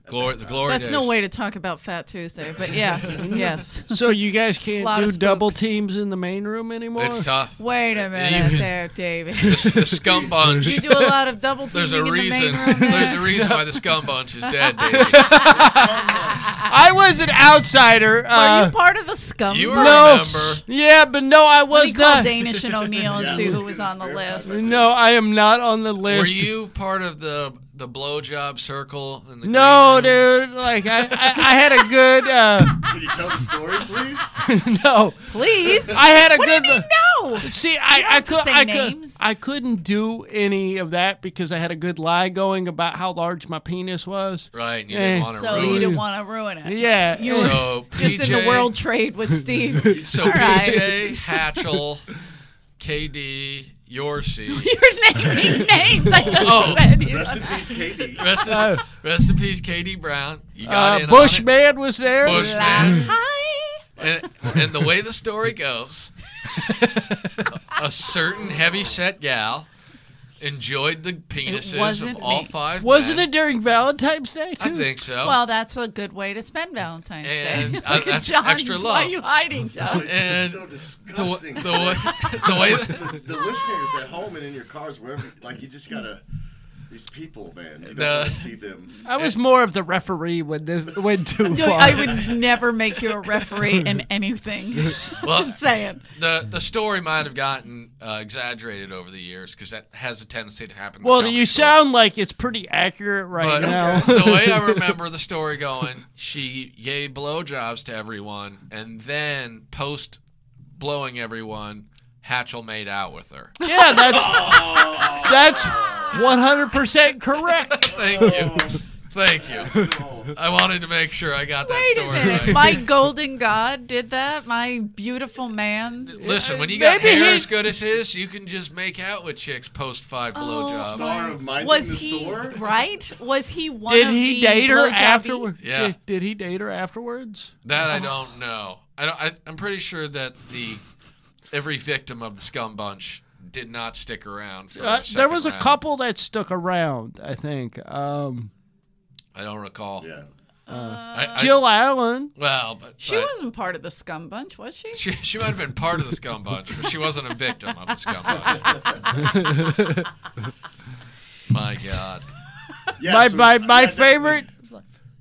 Glory the glory That's days. no way to talk about Fat Tuesday, [LAUGHS] but yes, yes. So [LAUGHS] you guys Lot can't of do double spooks. teams in the main room anymore? It's tough. Wait a You [LAUGHS] minute can- there, David. The, the scum bunch. [LAUGHS] You do a lot of double teaming There's a in the reason. main There's room. there. a reason why the scum bunch is [LAUGHS] dead. Baby. I was an outsider. Are Uh, you part of the scum? You bunch? no. remember? Yeah, but no, I Let me was call not. [LAUGHS] Danish and O'Neill and Yeah, see let's who get was this on the verified. list. No, I am not on the Were list. you part of the the blowjob circle? In the No, green room? dude. Like I, I, I had a good. Uh, [LAUGHS] Can you tell the story, [LAUGHS] please? no, Please. I had a good. no. See, I, I, have to could, say I, could, names. I couldn't do any of that because I had a good lie going about how large my penis was. Right. And you Yeah. didn't want to Eh. So you ruin. didn't want to ruin it. Yeah. uh, You were So just PJ, in the world trade with [LAUGHS] Steve. So All right. PJ Hatchell, KD, [LAUGHS] Yorsey. You're naming names. I just Oh. said you. Rest in peace, Katie. Rest in, rest in peace, KD Brown. You got uh, in on it. Bushman was there. Bushman. Hi. And, and the way the story goes, a certain heavy set gal enjoyed the penises wasn't of all me. five. Wasn't men. it during Valentine's Day too? I think so. Well, that's a good way to spend Valentine's Oh. And, [LAUGHS] Day. uh, Look at that's John. extra Why love. are you [LAUGHS] hiding, [LAUGHS] John? and so the, wa- disgusting. the, [LAUGHS] wa- the way [LAUGHS] the, the listeners at home and in your cars, wherever, like you just gotta. These people, man, you don't The- wanna see them. I was more of the referee when this went [LAUGHS] too No, far. I would never make you a referee in [LAUGHS] anything. well, Just saying. the the story might have gotten uh, exaggerated over the years because that has a tendency to happen. with Well, comic you stories. sound like it's pretty accurate right But now. the way I remember the story going, she gave blowjobs to everyone, and then post blowing everyone, Hatchell made out with her. yeah, [LAUGHS] that's that's one hundred percent correct. Thank you, thank you. I wanted to make sure I got that Wait a story minute. right. [LAUGHS] My golden god did that? My beautiful man? Listen, when you got Maybe hair he- as good as his, you can just make out with chicks post Oh, five blowjobs. Star of Mind in the Was he Store. right? Was he [LAUGHS] one Did of he the date her blowjob- afterwards? Yeah. Did, did he date her afterwards? That I don't know. I don't, I, I'm pretty sure that the every victim of the scum bunch did not stick around. For Uh, the there second was a round. couple that stuck around, I think. Um, I don't recall. Yeah. I, I- Jill Allen. well, but She but wasn't part of the scum bunch, was she? She, she might have been part of the scum bunch, but she wasn't a victim of the scum bunch. [LAUGHS] My God. yeah my so my, that- my that- favorite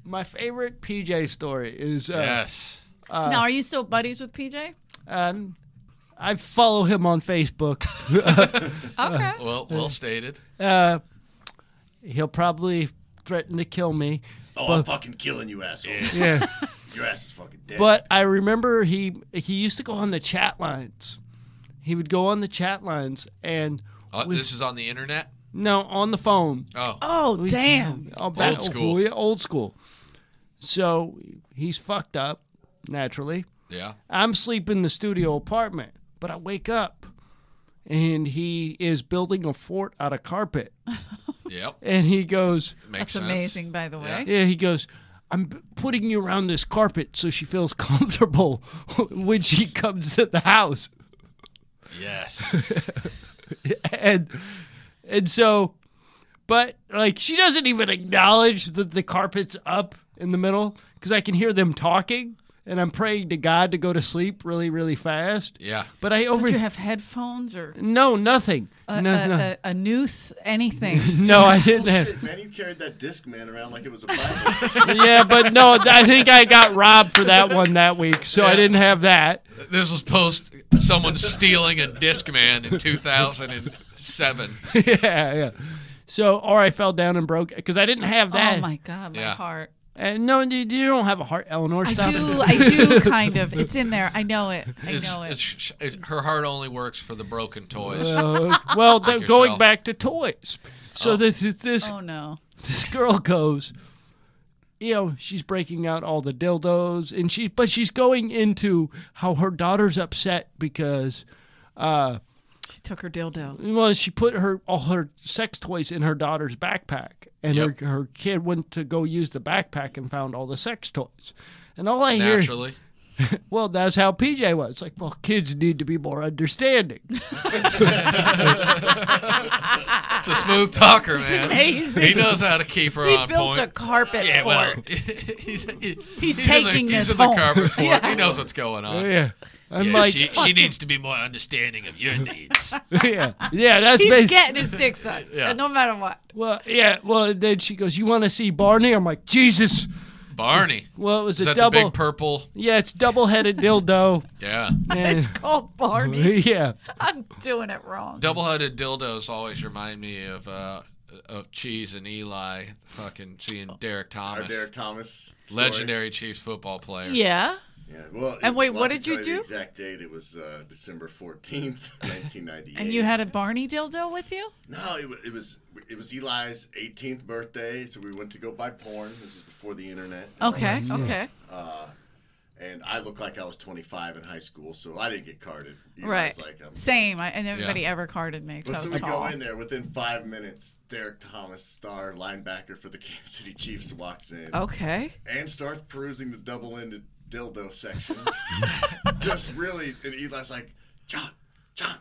my favorite PJ story is uh, Yes. now, are you still buddies with PJ? Okay. um, I follow him on Facebook. [LAUGHS] Well, well stated. uh, he'll probably threaten to kill me. Oh, I'm fucking killing you, asshole. Yeah. Your ass is fucking [LAUGHS] dead. But I remember he he used to go on the chat lines. He would go on the chat lines and Uh, with- this is on the internet. no on the phone. Oh, oh, damn. Oh, back- Old school. yeah, old school. So he's fucked up naturally. yeah. I'm sleeping in the studio apartment, but I wake up and he is building a fort out of [LAUGHS] carpet. Yep. And he goes, Makes That's sense. amazing, by the way. Yeah, he goes, I'm p- putting you around this carpet so she feels [LAUGHS] comfortable when she comes to the house. Yes. And and so but like she doesn't even acknowledge that the carpet's up in the middle cuz I can hear them talking and I'm praying to God to go to sleep really really fast. Yeah. But I over Did you have Uh, headphones or No, nothing. a, no, a, no. a, a noose, [LAUGHS] anything? no, I didn't have. Shit, man, you carried that disc man around like it was a Bible. [LAUGHS] Yeah, but no, I think I got robbed for that one that week, so I didn't have that. [LAUGHS] This was post someone stealing a Discman in 2007. yeah, yeah. So, or I fell down and broke because I didn't have that. oh, my God, my Yeah. heart. And no, you, you don't have a heart, Eleanor. I Stop [LAUGHS] do, it. I [LAUGHS] do kind of. It's in there. I know it. I It's, know it. it's, it. Her heart only works for the broken toys. Uh, well, th- yourself. going back to toys. So this this oh, no. this girl goes, you know, she's breaking out all the dildos, and she but she's going into how her daughter's upset because Uh, She took her dildo. well, she put her all her sex toys in her daughter's backpack, and Yep. her her kid went to go use the backpack and found all the sex toys. And all I hear, naturally. well, that's how PJ was. Like, well, kids need to be [LAUGHS] more understanding. It's a smooth talker, man. Amazing. He knows how to keep her He on built point. a carpet yeah, for well, it. [LAUGHS] he's, he- He's in the- taking he's this in the home. carpet for it. He Yeah. knows what's going on. Oh, yeah, I'm Yeah, like, she, she needs to be more understanding of your needs. [LAUGHS] yeah, yeah, that's He's basically. getting his dick sucked, [LAUGHS] Yeah. no matter what. Well, yeah. Well, then she goes, "You want to see Barney?" I'm like, "Jesus!" Barney. Well, it was Is a that the double. big purple? yeah, it's double-headed [LAUGHS] dildo. Yeah. And, [LAUGHS] Oh, Barney, yeah, I'm doing it wrong. Double headed dildos always remind me of uh, of Cheese and Eli fucking seeing Derek Oh, Our Thomas. Derek Thomas. story. legendary Chiefs football player. Yeah. Yeah. Well, it And wait, was- what I can did you tell The do? exact date. It was uh, December fourteenth, [LAUGHS] nineteen ninety-eight. And you had a Barney dildo with you? No, it, wa- it was it was Eli's 18th birthday, so we went to go buy porn. This was before the internet. and all Okay. that stuff. Okay. And I looked like I was 25 in high school, so I didn't get carded. Eli's Right. Like, I'm, Same. I, and everybody Yeah. ever carded me but because so I was we go tall. in there within five minutes. Derek Thomas, star linebacker for the Kansas City Chiefs, walks in Oh, Okay. and starts perusing the double-ended [LAUGHS] dildo section. Just really, and Eli's like, John, John,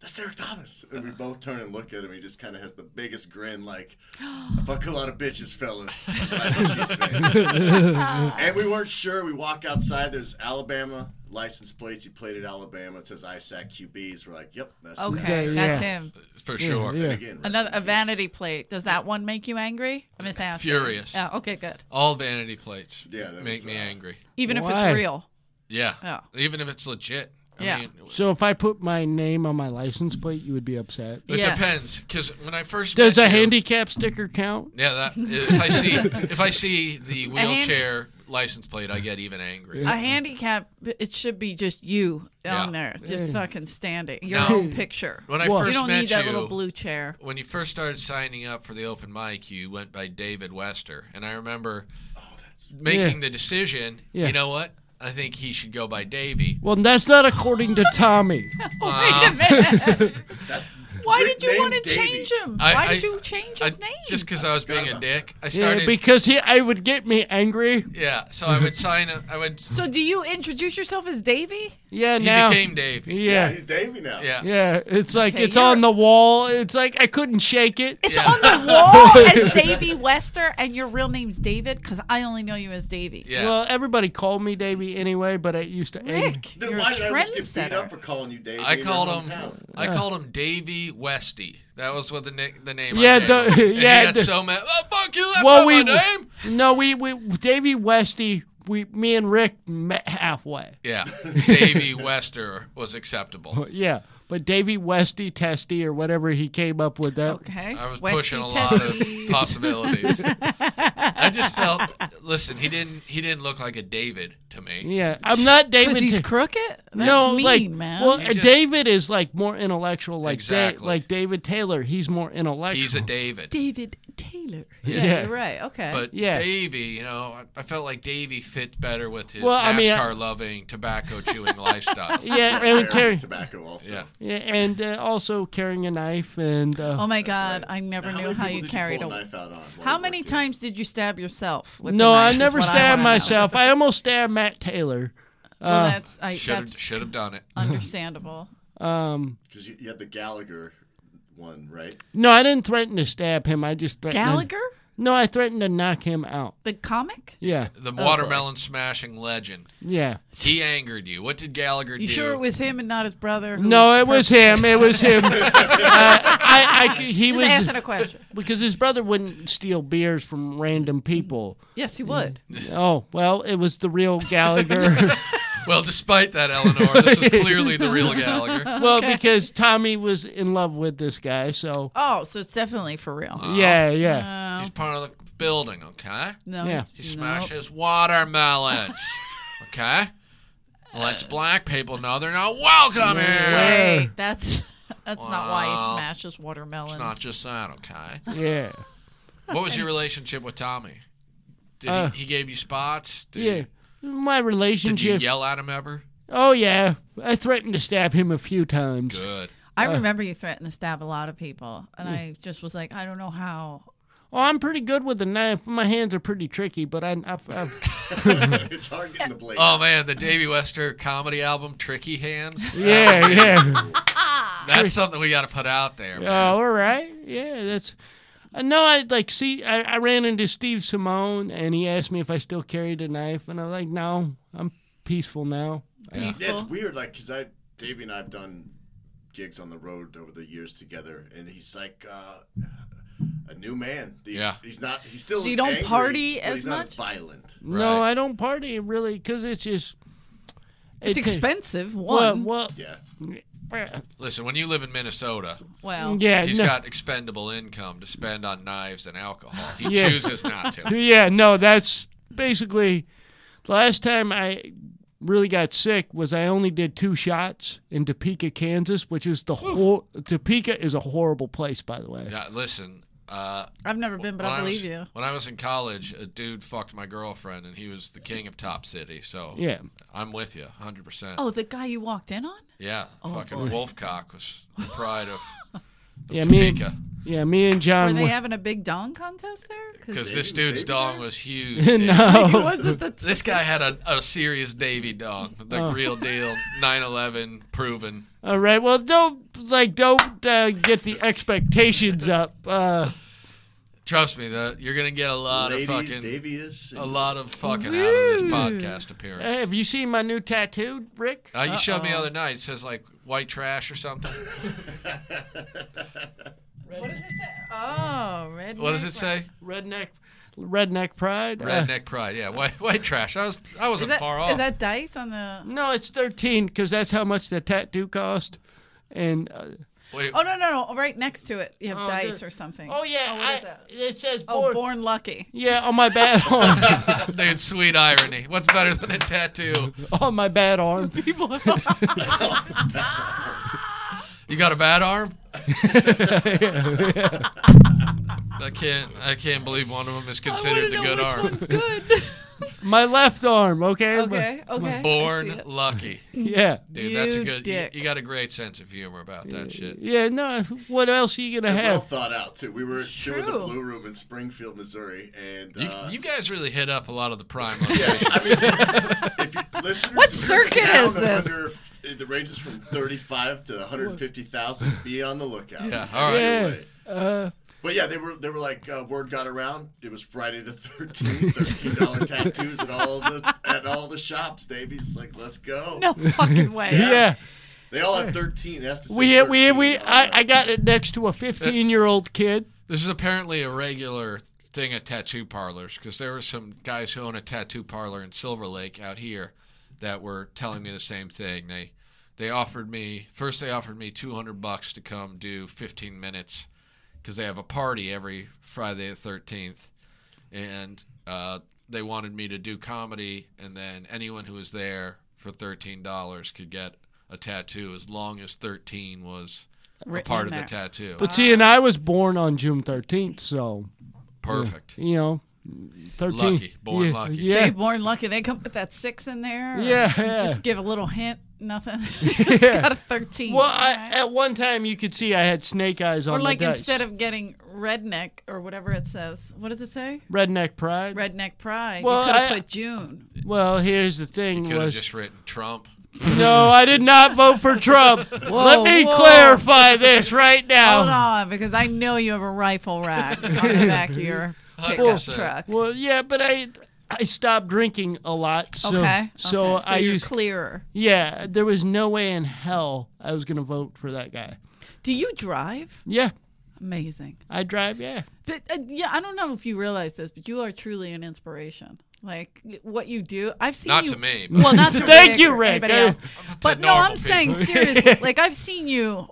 that's Derek Thomas. And we both turn and look at him. He just kind of has the biggest grin, like, "I fuck a lot of bitches, fellas. [LAUGHS] I'm a Chiefs fan. and we weren't sure. We walk outside. There's Alabama license plates. He played at Alabama. It says ISAC QBs. We're like, yep, that's Okay. Yeah, That's yeah. him. For sure. yeah. Again, rest Another in a peace. vanity plate. Does that one make you angry? I'm just asking. Furious. Yeah. Okay. Good. All vanity plates Yeah, that make was, me uh, angry. Even if Why? it's real. Yeah. Yeah. Even if it's legit. I Oh. Yeah. mean, So if I put my name on my license plate, you would be upset. it Yes. depends. Because when I first Does met a you- handicap sticker count? Yeah, that if I see if I see [LAUGHS] the hand- wheelchair license plate, I get even angry. A handicap. It should be just you on there, just fucking standing, your No. own picture. When I Well- first you don't met need that you, little blue chair. when you first started signing up for the open mic, you went by David Wester, and I remember making the Yes. decision. Yeah. You know what? I think he should go by Davey. Well, that's not according to [LAUGHS] Tommy. Wait a minute. [LAUGHS] Why did you Nickname want to Davey. change him? I- Why I- did you change I- his name? Just because I was being a dick, I Yeah, started. Yeah, because he, I would get me angry. so I would sign up. I [LAUGHS] would. so do you introduce yourself as Davy? Yeah, He now. became Davey. Yeah, yeah. he's Davey now. Yeah. Yeah, it's like Okay, it's you're- on the wall. It's like I couldn't [LAUGHS] shake it. It's on the wall [LAUGHS] as Davy Wester, and your real name's David because I only know you as Davy. Yeah. Well, everybody called me Davey anyway, but it used to Rick, Then you're a why did I just get beat trendsetter. up for calling you Davey? I in your called him. hometown? I called him Davy Westy. That was what the nick, the name. Yeah, I gave [LAUGHS] the- him. And yeah, He got the- so mad. Oh fuck you! That's Well, not we my name. no, we we Davey Westy. We me and Rick met halfway. [LAUGHS] Yeah, Davy Wester was acceptable. Yeah, but Davey Westy Testy or whatever he came up with that. Okay. I was Westy pushing a Test- lot of possibilities. I [LAUGHS] just felt. Listen, he didn't. He didn't look like a David to me. Yeah, I'm not David. Because he's Te- crooked? That's no, mean, like man. well, He just- David is like more intellectual, like da- Exactly. like David Taylor. He's more intellectual. He's a David. David Taylor. [LAUGHS] Yeah. Yeah, Yeah. you're right. Okay. But Yeah. Davy, you know, I, I felt like Davy fit better with his Well, I mean, I- NASCAR-loving, [LAUGHS] tobacco-chewing lifestyle. yeah, [LAUGHS] and Carrying carrying tobacco also. Yeah. yeah, and uh, also carrying a knife and uh, oh my God, I never Now, knew many how people you did carried pull a. knife out on while How you many worked here? times did you stab yourself? With no, the I knife is never what I stabbed wanna know. myself. I almost stabbed Matt Taylor. Well, that's Oh, I, Should have [LAUGHS] that's should have done it. understandable. Um, Because you, you had the Gallagher one, [LAUGHS] right? no, I didn't threaten to stab him. I just threatened Gallagher, No, I threatened to knock him out. the comic. Yeah, The watermelon smashing legend. yeah. He angered you. What did Gallagher You do? sure it was him and not his brother? who No, it was purchased- him. It was him. uh, [LAUGHS] I, I, he Just was answering a question. because his brother wouldn't steal beers from random people. Yes, he would. Oh well, it was the real [LAUGHS] Gallagher. Well, despite that, Eleanor, this is clearly the real [LAUGHS] Gallagher. [LAUGHS] well, because Tommy was in love with this guy, so Oh, so it's definitely for real. Oh. yeah, yeah. No, He's part of the building, okay? no, Yeah. he's- He no. smashes [LAUGHS] watermelons, okay? Lets black people know they're not welcome here. Wait, that's [LAUGHS] that's not why Wow. he smashes watermelons. It's not just that, okay? yeah. What was [LAUGHS] your relationship with Tommy? Did Uh, he, he gave you spots? Did, Yeah. he- My did you relationship. yell at him ever? Oh, yeah. I threatened to stab him a few times. Good. I remember you threatened to stab a lot of people, and I just was like, I don't know how. Oh, I'm pretty good with a knife. My hands are pretty tricky, but I, I, [LAUGHS] I it's hard getting the blade. Oh man, the Davy Wester comedy album Tricky Hands. yeah, yeah. That's something we got to put out there. Oh, man. all right. Yeah, that's. Uh, no, I like see. I, I ran into Steve Simone, and he asked me if I still carried a knife, and I'm like, no, I'm peaceful now. Yeah, it's Peaceful. weird, like, because I, Davey and I have done gigs on the road over the years together, and he's like uh, a new man. He- Yeah. He's not, he's still. So you is don't angry, party but as he's not much? as violent. No, Right. I don't party really, cause it's just. It's it ta- expensive. Well, One. well, Yeah. Listen, when you live in Minnesota, Well, yeah, he's no, got expendable income to spend on knives and alcohol. He Yeah. chooses not [LAUGHS] to. [LAUGHS] yeah, no. That's basically. The last time I really got sick was I only did two shots in Topeka, Kansas, which is the whole. Topeka is a horrible place, by the way. Yeah, listen. Uh, I've never been, but I was, believe you. When I was in college, a dude fucked my girlfriend, and he was the king of Top City. So Yeah. I'm with you, hundred percent. Oh, the guy you walked in on? Yeah, fucking Wolfcock was the pride [LAUGHS] of Yeah, me. and- Topeka. Yeah, me and Were John. they were- having a big dong contest there? Because Davey this was dude's Davey dong there? [LAUGHS] was huge. dude. no. was [LAUGHS] it the t- This guy had a, a serious Davy dong, the Oh. real deal, 9/11 proven. All right. Well, don't like don't uh, get the expectations up. Uh, Trust me, the, you're gonna get a lot Ladies, of fucking, Davey is. a lot of fucking out of this podcast appearance. have you seen my new tattoo, Rick? Uh, you showed me the other night. It says like white trash or something. what is it? that- Oh, red. What does it say? Redneck, redneck pride. Uh, Redneck pride. Yeah, white white trash. I was I Is wasn't that, far is off. that dice on the? no, it's thirteen because that's how much the tattoo cost. And uh, Wait, Oh no no no! Right next to it, you have Oh, dice good. or something. oh yeah, Oh, what I- is that? it says Oh, born. born lucky. Yeah, on my bad [LAUGHS] arm. dude, sweet irony. What's better than a tattoo? on my bad [LAUGHS] arm. You got a bad [LAUGHS] arm? I can't I can't believe one of them is considered the good arm. [LAUGHS] good. My left arm. Okay. My- okay, okay. [LAUGHS] Born lucky. yeah. Dude, that's a You good. You, dick. you got a great sense of humor about that shit. Yeah. No. What else are you gonna well have? thought out too. We were doing the True. Blue Room in Springfield, Missouri, and You, uh, you guys really hit up a lot of the [LAUGHS] prime. locations. I mean, if you, listeners What in circuit town is are this? Under, it ranges from thirty-five to one hundred fifty thousand. Be on the lookout. yeah. All right. Yeah. Anyway. But yeah, they were they were like uh, word got around. It was Friday the thirteenth, thirteen [LAUGHS] dollar tattoos at all the at all the shops. Davies like, let's go. No fucking [LAUGHS] way. yeah. They all had thirteen. It has to say We we 13 we on I, it. I got it next to a 15 year old kid. This is apparently a regular thing at tattoo parlors because there were some guys who own a tattoo parlor in Silver Lake out here that were telling me the same thing. They they offered me first they offered me 200 bucks to come do 15 minutes because they have a party every Friday the 13th and uh, they wanted me to do comedy and then anyone who was there for $13 could get a tattoo as long as 13 was a Written part in of the there. tattoo. But see, and Ah. I was born on June 13th, so Perfect. you know, 13. Lucky. Born yeah, lucky. Say Yeah, born lucky. They come with that six in there. or Yeah. Just give a little hint. Nothing. [LAUGHS] [LAUGHS] yeah. just got a thirteen. Well, all I, right? at one time you could see I had snake eyes on or like the dice. instead of getting redneck or whatever it says, what does it say? redneck pride. Redneck pride. Well, you could have I- put June. well, here's the thing Could have was just written Trump. [LAUGHS] no, I did not vote [LAUGHS] for Trump. Let me whoa. clarify this right Hold now. on, because I know you have a rifle rack on [LAUGHS] the back of your pickup 100%. truck. Well, yeah, but I I stopped drinking a lot, so okay. so, okay. so I you're used clearer. yeah. There was no way in hell I was gonna vote for that guy. Do you drive? Yeah. Amazing. I drive, yeah. But, uh, yeah, I don't know if you realize this, but you are truly an inspiration. Like what you do, I've seen Not you- to me, but [LAUGHS] Well, not to Thank Rick you, or Rick. anybody I- else. to But no, normal I'm people. [LAUGHS] saying seriously. like I've seen you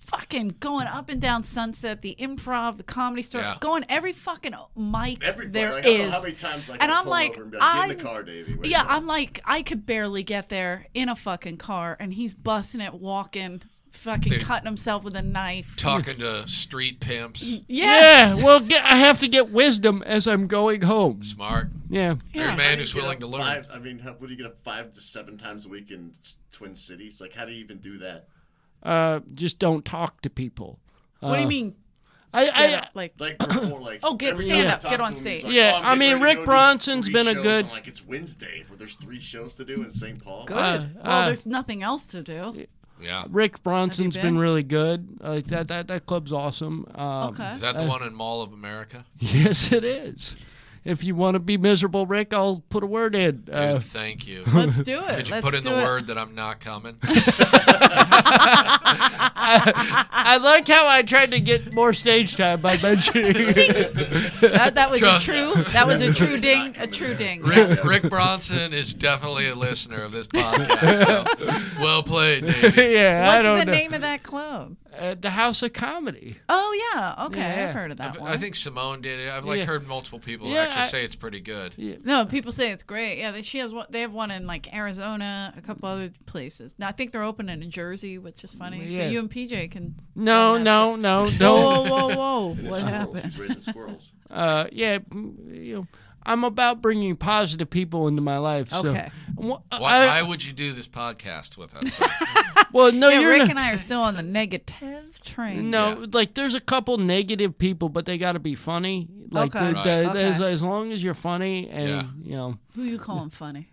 fucking going up and down Sunset, the improv, the comedy store, Yeah. going every fucking mic Every there like, I don't is. know how many times like, And I I'm pull like, over and be like, get in the I'm- car, Davey. Where yeah, you going? I'm like, I could barely get there in a fucking car, and he's busting it, walking fucking Dude. cutting himself with a knife. Talking to street pimps. Yes. Yeah, well, get, I have to get wisdom as I'm going home. Smart. Yeah. Every man who's willing to learn. Five, I mean, how, what do you get up five to seven times a week in s- Twin Cities? Like, how do you even do that? Uh, just don't talk to people. what do you mean? Uh. I, Get I up? Like, [COUGHS] Like before, like Oh, get- every stand time I up, talk get to on him, he's stage. like, Yeah, "Oh, I'm I getting mean, ready to Rick go do Bronson's three been a shows." good- I'm like it's Wednesday, where there's three shows to do in St. Paul. good. Uh, well, there's nothing else to do. Yeah. Rick Bronson's been? been? really good. Like that, that that club's awesome. Um, Okay. Is that the one in Mall of America? [LAUGHS] Yes, it is. If you want to be miserable, Rick, I'll put a word in. Dude, Uh, thank you. [LAUGHS] Let's do it. Could you Let's put in do the it. word that I'm not coming? Ah. I like how I tried to get more stage time by [LAUGHS] mentioning. [LAUGHS] That, that was a Trust- true. That was [LAUGHS] a true ding. A true ding. Rick, Rick Bronson is definitely a listener of this podcast. So well played, Davey. yeah, I What's don't the know. name of that club? Uh, the House of Comedy. Oh yeah. Okay, Yeah. I've heard of that one. I think Simone did it. I've like Yeah. heard multiple people Yeah, actually I- say it's pretty good. No, people say it's great. Yeah, they, she has one. They have one in like Arizona, a couple other places. Now I think they're opening in Jersey, which is funny. So Yeah. you and PJ can. No, and no, no, [LAUGHS] Whoa, [LAUGHS] don't. whoa, [LAUGHS] whoa! And what squirrels. [LAUGHS] He's happened? raising squirrels. Uh, yeah, mm, you know, I'm about bringing positive people into my life. So. Okay. Wha- Why, I- why would you do this podcast with us? well, no, Yeah, Oh, you're Rick not- and I are still on the negative train. No, Yeah. like there's a couple negative people, but they got to be funny. Like Okay. the, Right. the- Okay. as, as long as you're funny and Yeah. you know Who you calling funny?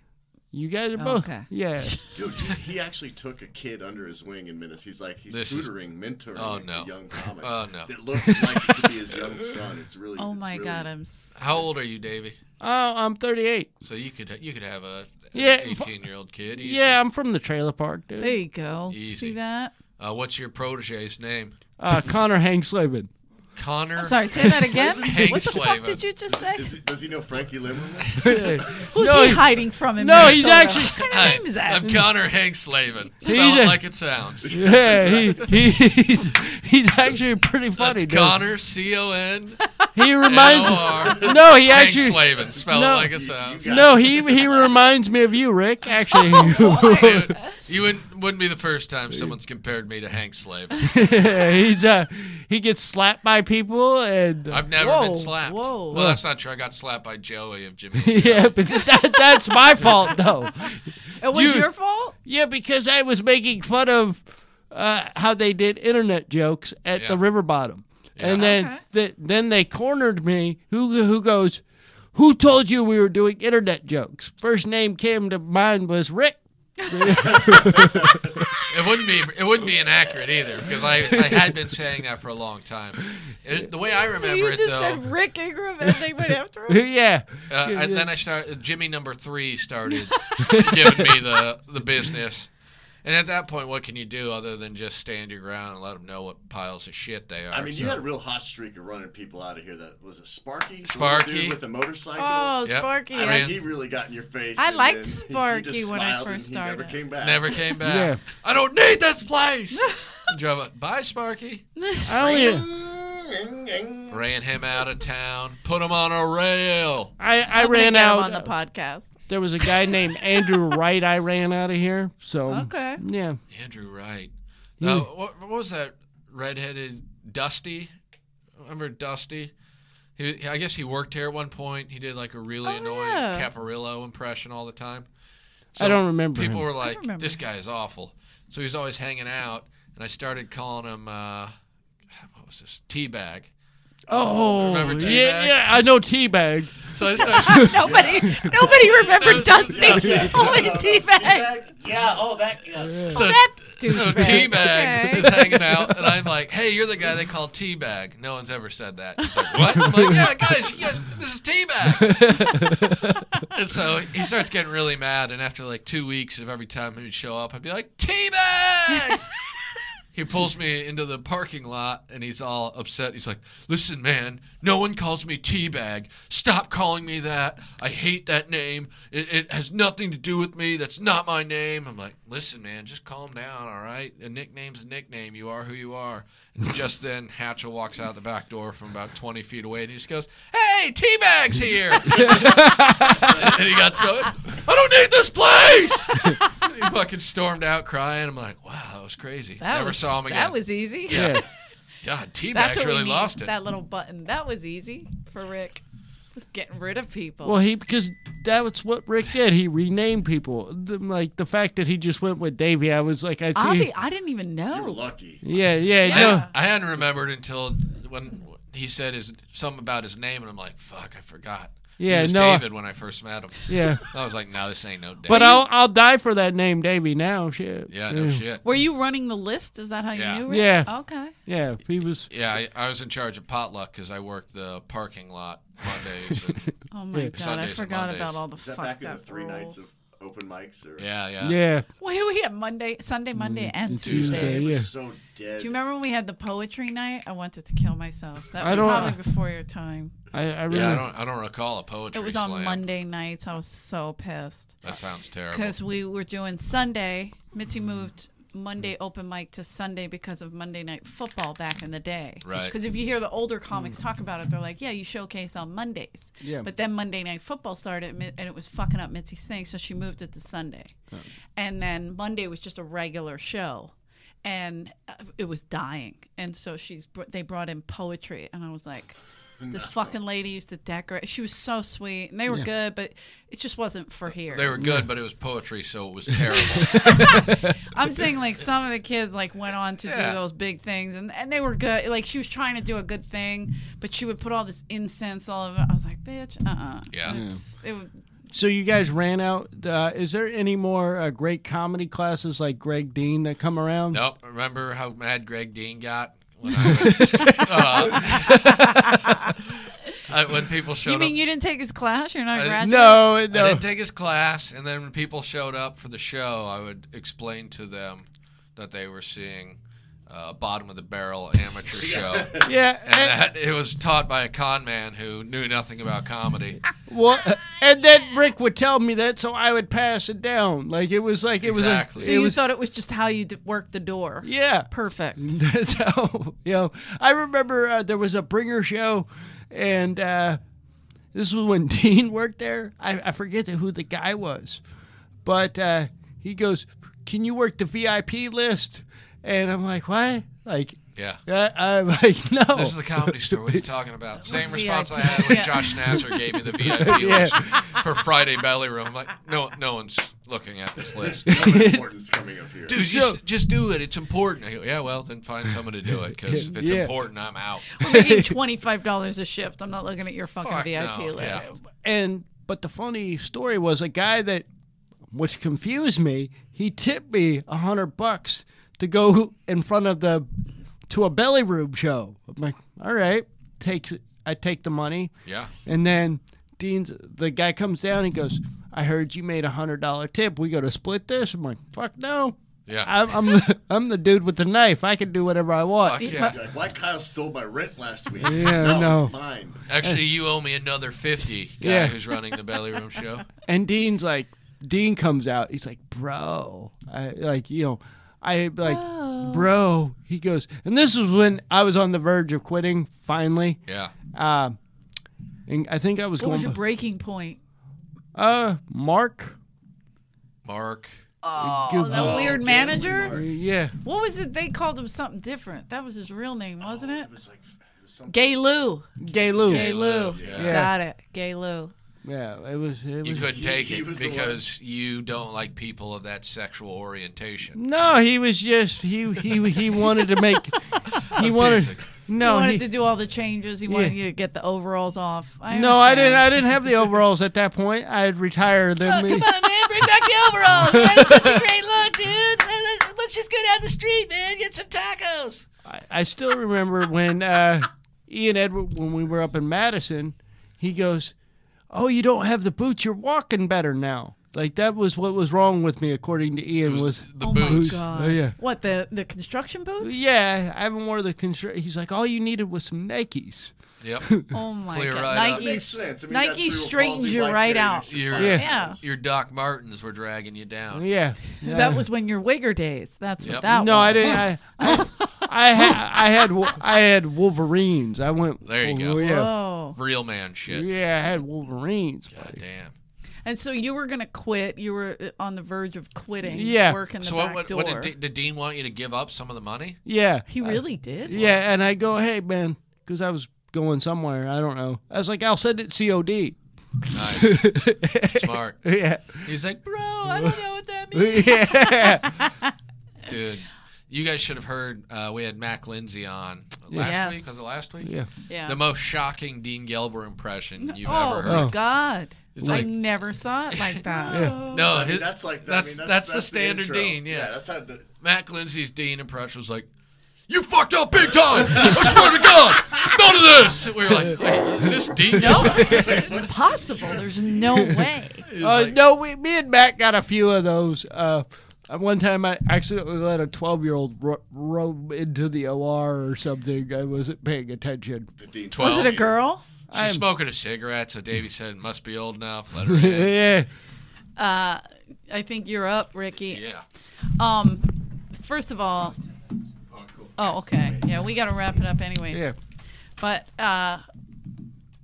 you guys are both Okay. [LAUGHS] yeah. Dude, he's, he actually took a kid under his wing in Minnesota. He's like he's This is- tutoring, mentoring Oh, a no. young comic. Oh, no. That looks like it could be his [LAUGHS] young son. It's really. Oh it's my really- God, I'm. s- How old are you, Davey? Oh, I'm 38. So you could you could have a Yeah, if I- 18 year old kid. easy. Yeah, I'm from the trailer park, dude. There you go. Easy. See that? Uh, what's your protege's name? Uh, Connor Hangslavin. [LAUGHS] [LAUGHS] Connor. I'm sorry. Say that [LAUGHS] again. Hank what the Slavin. fuck did you just say? Does he, does he know Frankie Limmerman? [LAUGHS] Who's no, he he- hiding from in no, he's Minnesota? actually- What kind of Hi, name is that? I'm Connor Hank [LAUGHS] Slavin. Spell He's it a- like it sounds. Yeah, he, he, he's he's actually pretty That's funny. dude. Connor C O [LAUGHS] N He N reminds O [LAUGHS] R. no, E he Hank actually Slavin. Spell No. it like it sounds. no, he he reminds me of you, Rick. [LAUGHS] Actually, Oh, [LAUGHS] [LAUGHS] Dude, you wouldn't, wouldn't be the first time someone's compared me to Hank Slave. [LAUGHS] he's uh, he gets slapped by people and I've never Whoa, been slapped. whoa. Well, that's not true. I got slapped by Joey of Jimmy. [LAUGHS] and [LAUGHS] yeah, Joey. but that, that's my fault though. It was Dude. your fault. Yeah, because I was making fun of uh, how they did internet jokes at the Yeah. river bottom, and then th- then they cornered me. Who who goes? Who told you we were doing internet jokes? First name came to mind was Rick. [LAUGHS] It wouldn't be it wouldn't be inaccurate either because I, I had been saying that for a long [LAUGHS] time. It, the way I remember So you it just though, said Rick Ingram and they went after [LAUGHS] him. yeah, uh, and then I started. Jimmy number three [LAUGHS] started giving me the the business, and at that point, what can you do other than just stand your ground and let them know what piles of shit they are? I mean, So- you had a real hot streak of running people out of here. That was a Sparky, The little Sparky. dude with the motorcycle. Oh, Yep. Sparky. I ran- mean, he really got in your face. I and liked then he- he just Sparky when I smiled first and he Never started. came back. Never came back. Yeah. I don't need this place. [LAUGHS] Drove up. Bye, Sparky. I only Ran him out of town. Put him on a rail. I, I I'm gonna ran get him out. on the podcast. there was a [LAUGHS] guy named Andrew Wright. I ran out of here. Um, [LAUGHS] So Okay. yeah, Andrew Wright. Uh, what, what was that redheaded Dusty? Remember Dusty? He, I guess he worked here at one point. He did like a really Oh, annoying yeah. Caparillo impression all the time. I don't remember. People him. were like, remember. "This guy is awful." So he was always hanging out, and I started calling him uh, what was this teabag. oh Remember Teabag? yeah, yeah, I know Teabag. So I [LAUGHS] started. Nobody, nobody [LAUGHS] remembered That was- Dusty. Only T-Bag. Yeah. Oh, that. Yeah. so, So douchebag. Teabag [LAUGHS] Okay. is hanging out, and I'm like, "Hey, you're the guy they call Teabag." No one's ever said that. He's like, "What?" I'm like, "Yeah, guys, you guys this is Teabag." and so he starts getting really mad, and after like two weeks of every time he'd show up, I'd be like, "Teabag." He pulls me into the parking lot and he's all upset. He's like, Listen, man, no one calls me Teabag. Stop calling me that. I hate that name. It, it has nothing to do with me. That's not my name. I'm like, Listen, man, just calm down, all right? A nickname's a nickname. You are who you are. And [LAUGHS] just then, Hatchell walks out the back door from about 20 feet away and he just goes, Hey, Teabag's [LAUGHS] here. and he got so, I don't need this place. [LAUGHS] And he fucking stormed out crying. I'm like, wow, that was crazy. That Never was, saw him again. That was easy. Yeah. God, That's T-Bags what we really need, lost it. That little button. That was easy for Rick. Just getting rid of people. Well, he because that's what Rick did. He renamed people. The, like the fact that he just went with Davy, I was like, I see. Avi, I didn't even You were know. lucky. yeah, yeah, I, no. I hadn't remembered until when he said his something about his name, and I'm like, fuck, I forgot. He Yeah, was no, I- David when I first met him. [LAUGHS] Yeah. I was like, no, this ain't no David. But I'll I'll die for that name, Davy. Now, shit. yeah, no shit. Were you running the list? Is that how you Yeah. knew Rick? Yeah. Okay. Yeah, he was. Yeah, I, I was in charge of potluck because I worked the parking lot Mondays. [LAUGHS] And, [LAUGHS] Oh my god, Sundays I and forgot Mondays. about all the Is that fucked back in the up three rules. [LAUGHS] nights of open mics? Or yeah, yeah, Yeah, Well, we had Monday, Sunday, Monday, and Tuesday. Mm, Tuesday. It Yeah. was so dead. Do you remember when we had the poetry night? I wanted to kill myself. That I was don't- probably before your time. I, I really. yeah. I don't, I don't recall a poetry. It was on slam. Monday nights. I was so pissed That sounds terrible. because we were doing Sunday. Mitzi moved Monday open mic to Sunday because of Monday night football back in the day. Right. Because if you hear the older comics talk about it, they're like, "Yeah, you showcase on Mondays." Yeah. But then Monday night football started, mi- and it was fucking up Mitzi's thing, so she moved it to Sunday. And then Monday was just a regular show, and uh, it was dying. And so she's br- they brought in poetry, and I was like. This fucking lady used to decorate. She was so sweet, and they were good, but it just wasn't for here. They were good, but it was poetry, so it was [LAUGHS] terrible. I'm saying like some of the kids like went on to Yeah. do those big things and, and they were good. Like she was trying to do a good thing, but she would put all this incense all over. I was like, bitch, uh, uh Yeah. It would, So you guys ran out. Uh, is there any more uh, great comedy classes like Greg Dean that come around? Nope. Remember how mad Greg Dean got when I was, uh, [LAUGHS] I- when people showed you mean up? you didn't take his class? You're not a I graduate. didn't- No, I no. didn't take his class, and then when people showed up for the show, I would explain to them that they were seeing uh, bottom of the barrel amateur show, and [LAUGHS] Yeah, and- that it was taught by a con man who knew nothing about comedy. Well, and then Rick would tell me that, so I would pass it down. Like it was like it Exactly. was. So Like, it you was thought it was just how you d- worked the door. yeah. [LAUGHS] Perfect. [LAUGHS] That's how you know. I remember uh, there was a bringer show, and uh, this was when [LAUGHS] Dean worked there. I, I forget who the guy was, but uh, he goes, "Can you work the VIP list?" And I'm like, "What?" Like, Yeah. uh, I'm [LAUGHS] like, "No." This is the comedy store. Oh. What are you talking [LAUGHS] about? Same response I VIP. had when Yeah. Josh Nasser gave [LAUGHS] me the VIP list for Friday Belly Room. I'm like, no, no one's looking at this [LAUGHS] list. No importance coming up here. Dude, just, just do it. It's important. I go, yeah, well, then find someone to do it because if it's Yeah. important, I'm out. We're making twenty five dollars a shift. I'm not looking at your fucking Fuck VIP no. list. Yeah. and but the funny story was a guy that which confused me he tipped me a hundred bucks to go [LAUGHS] in front of the to a belly room show i'm like all right take i take the money Yeah. and then dean's the guy comes down he goes i heard you made a hundred dollar tip we go to split this i'm like fuck no Yeah. I'm I'm the, I'm the dude with the knife. I can do whatever I Fuck want. yeah. You're like, why Kyle stole my rent last week? Yeah, no, no. it's mine. Actually, you owe me another 50, guy Yeah. who's running the Belly Room [LAUGHS] show. And Dean's like, Dean comes out. He's like, bro, I, like you know, I like, bro. He goes, and this was when I was on the verge of quitting finally. Yeah. Um, and I think I was What was going. your b- breaking point? uh, Mark. Mark. Good- The weird manager. yeah, What was it? They called him something different. That was his real name, wasn't it? It was like it was something. Gay Lou. Gay Lou. Gay Lou. Yeah. Got it. Gay Lou. Yeah, it was. It You was. couldn't take he it was the one. because you don't like people of that sexual orientation. No, he was just he he he wanted [LAUGHS] to make. He wanted. teasing. He No, wanted he- to do all the changes. He wanted Yeah. you to get the overalls off. I no, I didn't. understand. I didn't have the overalls at that point. I had retired. Oh, Then come on, man. Bring back the overalls. Man. It's such a great look, dude. Let- let- Let's just go down the street, man. Get some tacos. I, I still remember when uh, Ian Edward, when we were up in Madison, he goes, "Oh, you don't have the boots. You're walking better now." Like that was what was wrong with me, according to Ian. Was, The oh boots. my god! Oh, yeah. What the the construction boots? yeah, I haven't worn the construction. He's like, "All you needed was some Nikes." Yep. [LAUGHS] Oh my Clear god! right up. That makes sense. I mean, that's Nike cerebral straightened palsy, you like, right carrying out. extra Your, fiber. Yeah. your Doc Martens were dragging you down. Yeah, That was when your wigger days. That's Yep. what that was. no, I didn't. I, I, I had I had wo- I had Wolverines. I went There you go. Yeah, Oh. Real man shit. yeah, I had Wolverines. Damn. And so you were going to quit. You were uh, on the verge of quitting. Yeah. Work in the So back what, what, door. what did, Uh, D- did Dean want you to give up some of the [LAUGHS] money? Yeah. he really did. Yeah, and I go, hey man, because I was going somewhere, I don't know. I was like, I'll send it COD. Nice, smart. [LAUGHS] Yeah, He's like, bro, [LAUGHS] Oh, I don't know what that means. yeah, Dude, you guys should have heard. Uh, we had Mac Lindsay on last Yes. week. Was it last week? yeah. Yeah. The most shocking Dean Gelber impression you've oh ever my heard. Oh. God! It's I like- never saw it like that. No, I mean, his- that's like the, that's, I mean, that's, that's, the standard intro. Dean. Yeah. that's [LAUGHS] how the Mac Lindsay's Dean impression was like, "You fucked up big time. I swear to [LAUGHS] God, none of this." And we were like, Wait, "Is this Dean Gelber?" [LAUGHS] Impossible. There's no way. Uh, no, we, me and Matt got a few of those. Uh, uh, one time I accidentally let a 12 year old ro- roam into the OR or something. I wasn't paying attention. the Dean. Twelve. Was it a girl? She's smoking a cigarette, so Davey said, "Must be old enough." Let her in. yeah. Uh, I think you're up, Ricky. Yeah. Um, first of all. Oh, okay. Yeah, we got to wrap it up anyways. Yeah. But uh,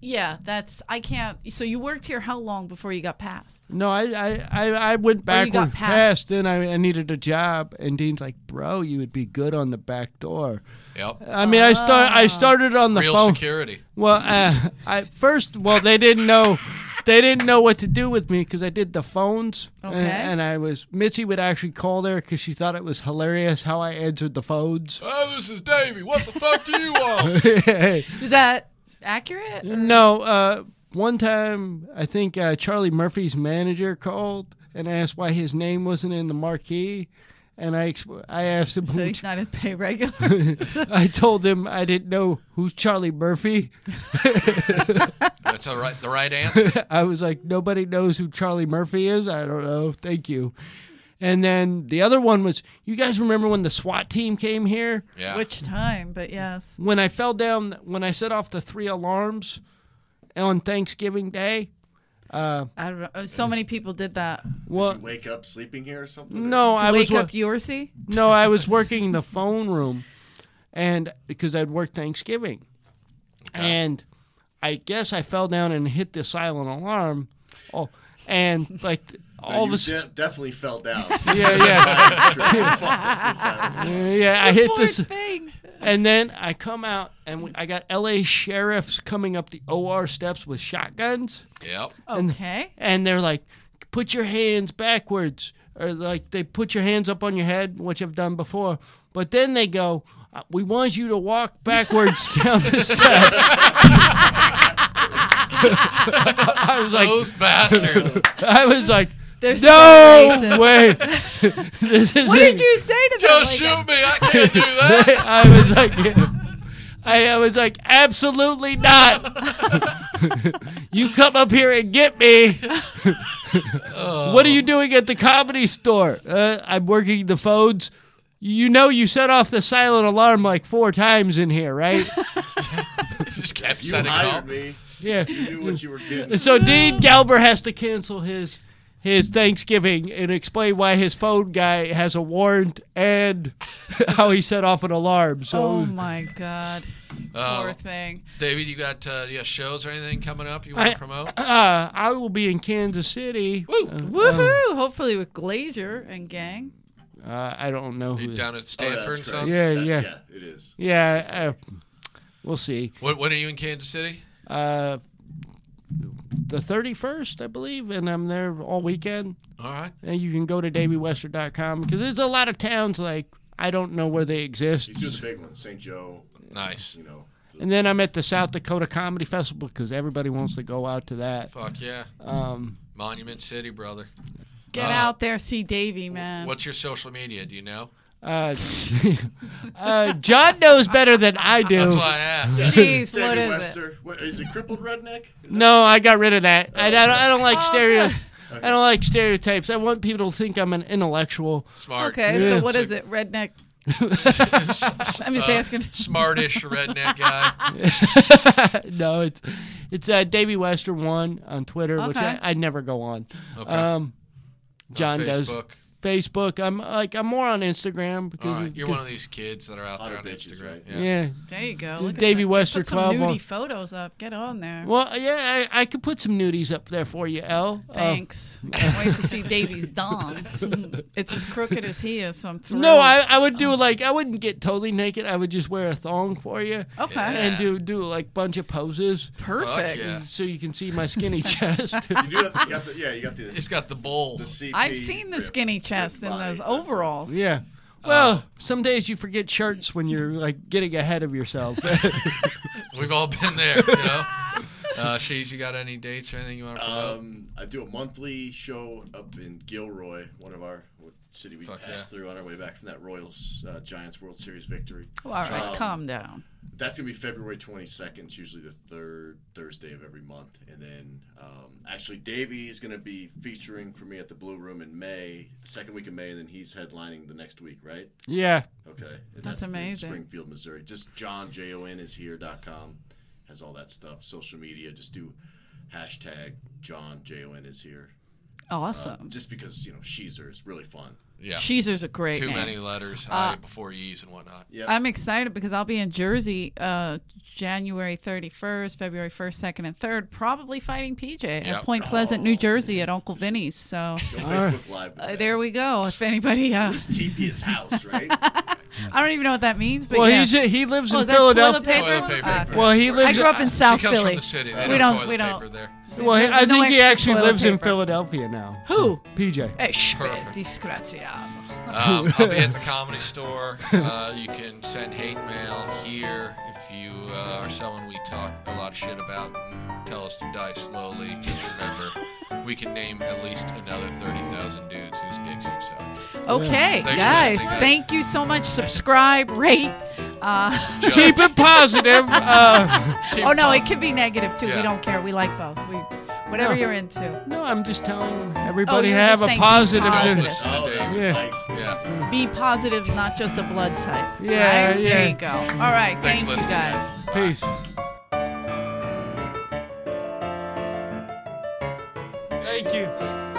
yeah, that's I can't. So you worked here how long before you got passed? No, I, I, I, I went Oh, you back got when passed. passed, and I, I needed a job. And Dean's like, bro, you would be good on the back door. Yep. I mean, I start. Ah. I started on the Real phone. security. Well, uh, I first, well, they didn't know, they didn't know what to do with me because I did the phones, Okay. and, and I was Mitzi would actually call there because she thought it was hilarious how I answered the phones. [LAUGHS] Oh, this is Davey. What the fuck do you want? Is that accurate? no, uh, one time I think uh, Charlie Murphy's manager called and asked why his name wasn't in the marquee, and I exp- I asked him. So who he's not his pay regular. [LAUGHS] I told him I didn't know who's Charlie Murphy. [LAUGHS] That's all right. The right answer. I was like, nobody knows who Charlie Murphy is. I don't know. Thank you. And then the other one was, you guys remember when the SWAT team came here? Yeah. Which time? But yes. When I fell down, when I set off the three alarms on Thanksgiving Day? I don't know. Uh, So many people did that. Well, Wake up sleeping here or something? no, I was Wake wa- up Yorsi? no, I was working the phone room, and because I'd worked Thanksgiving, and I guess I fell down and hit the silent alarm. Oh, and like No, all you of a sudden, de- definitely fell [LAUGHS] down. yeah, [LAUGHS] yeah. yeah. Yeah, I [LAUGHS] hit this, thing. and then I come out, and we, I got L.A. sheriffs coming up the OR steps with shotguns, Yep. Okay. and they're like, "Put your hands backwards," or like they put your hands up on your head, which I've done before. But then they go, "Uh, "We want you to walk backwards [LAUGHS] down the steps." [LAUGHS] I was like, Those bastards. I was like, There's "No way, [LAUGHS] this is." What did you say to them? Just Like, shoot me. I can't do that. I was like, I, I was like, absolutely not. you come up here and get me. what are you doing at the comedy store? Uh, I'm working the phones. You know, you set off the silent alarm like four times in here, right? Just kept You setting it off. hired me. yeah. You knew what you [LAUGHS] were getting. And so Dean Galber has to cancel his his Thanksgiving and explain why his phone guy has a warrant and [LAUGHS] how he set off an alarm. So it Oh was- my God. Oh. Poor thing. David, you got uh, you got shows or anything coming up you want to promote? Uh, I will be in Kansas City. Woohoo! Um, Hopefully with Glazer and gang. Uh, I don't know who. Down at Oh, yeah, Stanford that's and stuff? great. Yeah, That- yeah, It is. yeah. Uh, we'll see. When, when are you in Kansas City? Uh, the thirty-first, I believe, and I'm there all weekend. All right. And you can go to davywester.com because there's a lot of towns like I don't know where they exist. He's doing the big ones. St. Joe. Nice. You know. And then I'm at the South Dakota Comedy Festival because everybody wants to go out to that. Fuck yeah. Um, Monument City, brother. Get out there, see Davy, man. What's your social media? Do you know? uh, [LAUGHS] uh, John knows better than I do. That's why I asked. Jeez, what Davey is it? Wester. What, is it crippled redneck? Is that- No, I got rid of that. I, I don't, I don't like Oh, stereo. good. I don't like stereotypes. I want people to think I'm an intellectual. [LAUGHS] Smart. [LAUGHS] [LAUGHS] Okay, Yeah. so what is it? Redneck. I'm just asking. Uh, Smartish redneck [LAUGHS] guy. no, it's it's uh, Davey Western one on Twitter, which I, Okay. Uh, I never go on. Okay. Um, John On does Facebook. Facebook. I'm like I'm more on Instagram All because right, of- you're one of these kids that are out Lot there on of bitches, Instagram. right? Yeah. yeah. There you go. Dude, Look at Davey that. Wester Put some 12 on- nudie photos up. Get on there. Well, yeah, I, I could put some nudies up there for you, L. Uh, Thanks. Can't wait to see Davy's dong. [LAUGHS] it's as crooked as he is, so I'm thrilled. Um, no, I, I would do like I wouldn't get totally naked. I would just wear a thong for you. Okay. And do do like bunch of poses Oh, Perfect. yeah. so you can see my skinny [LAUGHS] chest. You do have, you got the, yeah, you got the, It's got the bowl. the CP. I've seen the rip, skinny rip chest in body. those That's the- overalls. yeah. Uh, Well, some days you forget shirts when you're like getting ahead of yourself. We've all been there, you know. [LAUGHS] Uh, she's, you got any dates or anything you want to promote? Um, I do a monthly show up in Gilroy, one of our what city we Fuck passed yeah. through on our way back from that Royals uh, Giants World Series victory. Well, all right, Um, calm down. That's gonna be February 22nd. It's usually the third Thursday of every month, and then um, actually Davey is gonna be featuring for me at the Blue Room in May, the second week of May, and then he's headlining the next week, right? [LAUGHS] yeah. Okay, and That's in amazing. Springfield, Missouri. Just John J O N is here dot com has all that stuff. Social media, just do hashtag John J O N is here. um, Awesome. Uh, Just because you know Sheezer is really fun. Yeah. Cheezer's a great Too name. many letters Uh, I before E's and whatnot. Yeah, I'm excited because I'll be in Jersey uh, January 31st, February 1st, 2nd, and 3rd, probably fighting PJ Yep. Oh, at Point Pleasant, New Jersey at Uncle Vinny's. So go Facebook Live. uh, there we go. If anybody, uh, It's TP his house, [LAUGHS] right? I don't even know what that means, but Well, yeah. he's he lives oh, in is that toilet Philadelphia. paper? Toilet paper. Ah, okay. Well, he lives. I grew up in She South comes Philly. from the city. They We don't, don't- toilet we don't- paper there. Well, he, There's I no think he extra actually toilet lives in paper. Philadeliphia now. Who? PJ. Eh, sh- Perfect. disgraziato. Um, I'll be at the comedy store. Uh, you can send hate mail here if you uh, are someone we talk a lot of shit about and tell us to die slowly. Just remember, we can name at least another 30,000 dudes whose dicks you've sucked. Okay, Thanks for guys, listening, guys. thank you so much. Subscribe, rate. Uh, Judge, Keep it positive. [LAUGHS] Uh, oh no, it could be negative too. Yeah. We don't care. We like both. We, whatever No. you're into, no, I'm just telling everybody you were have Oh, just a saying positive. Don't positive. energy. listen oh, to that's Dave. Yeah. nice. Yeah. be positive, not just a blood type. Yeah, right? There yeah. you go. All right, Thanks for thank you listening, guys. guys. Bye. Peace. Thank you.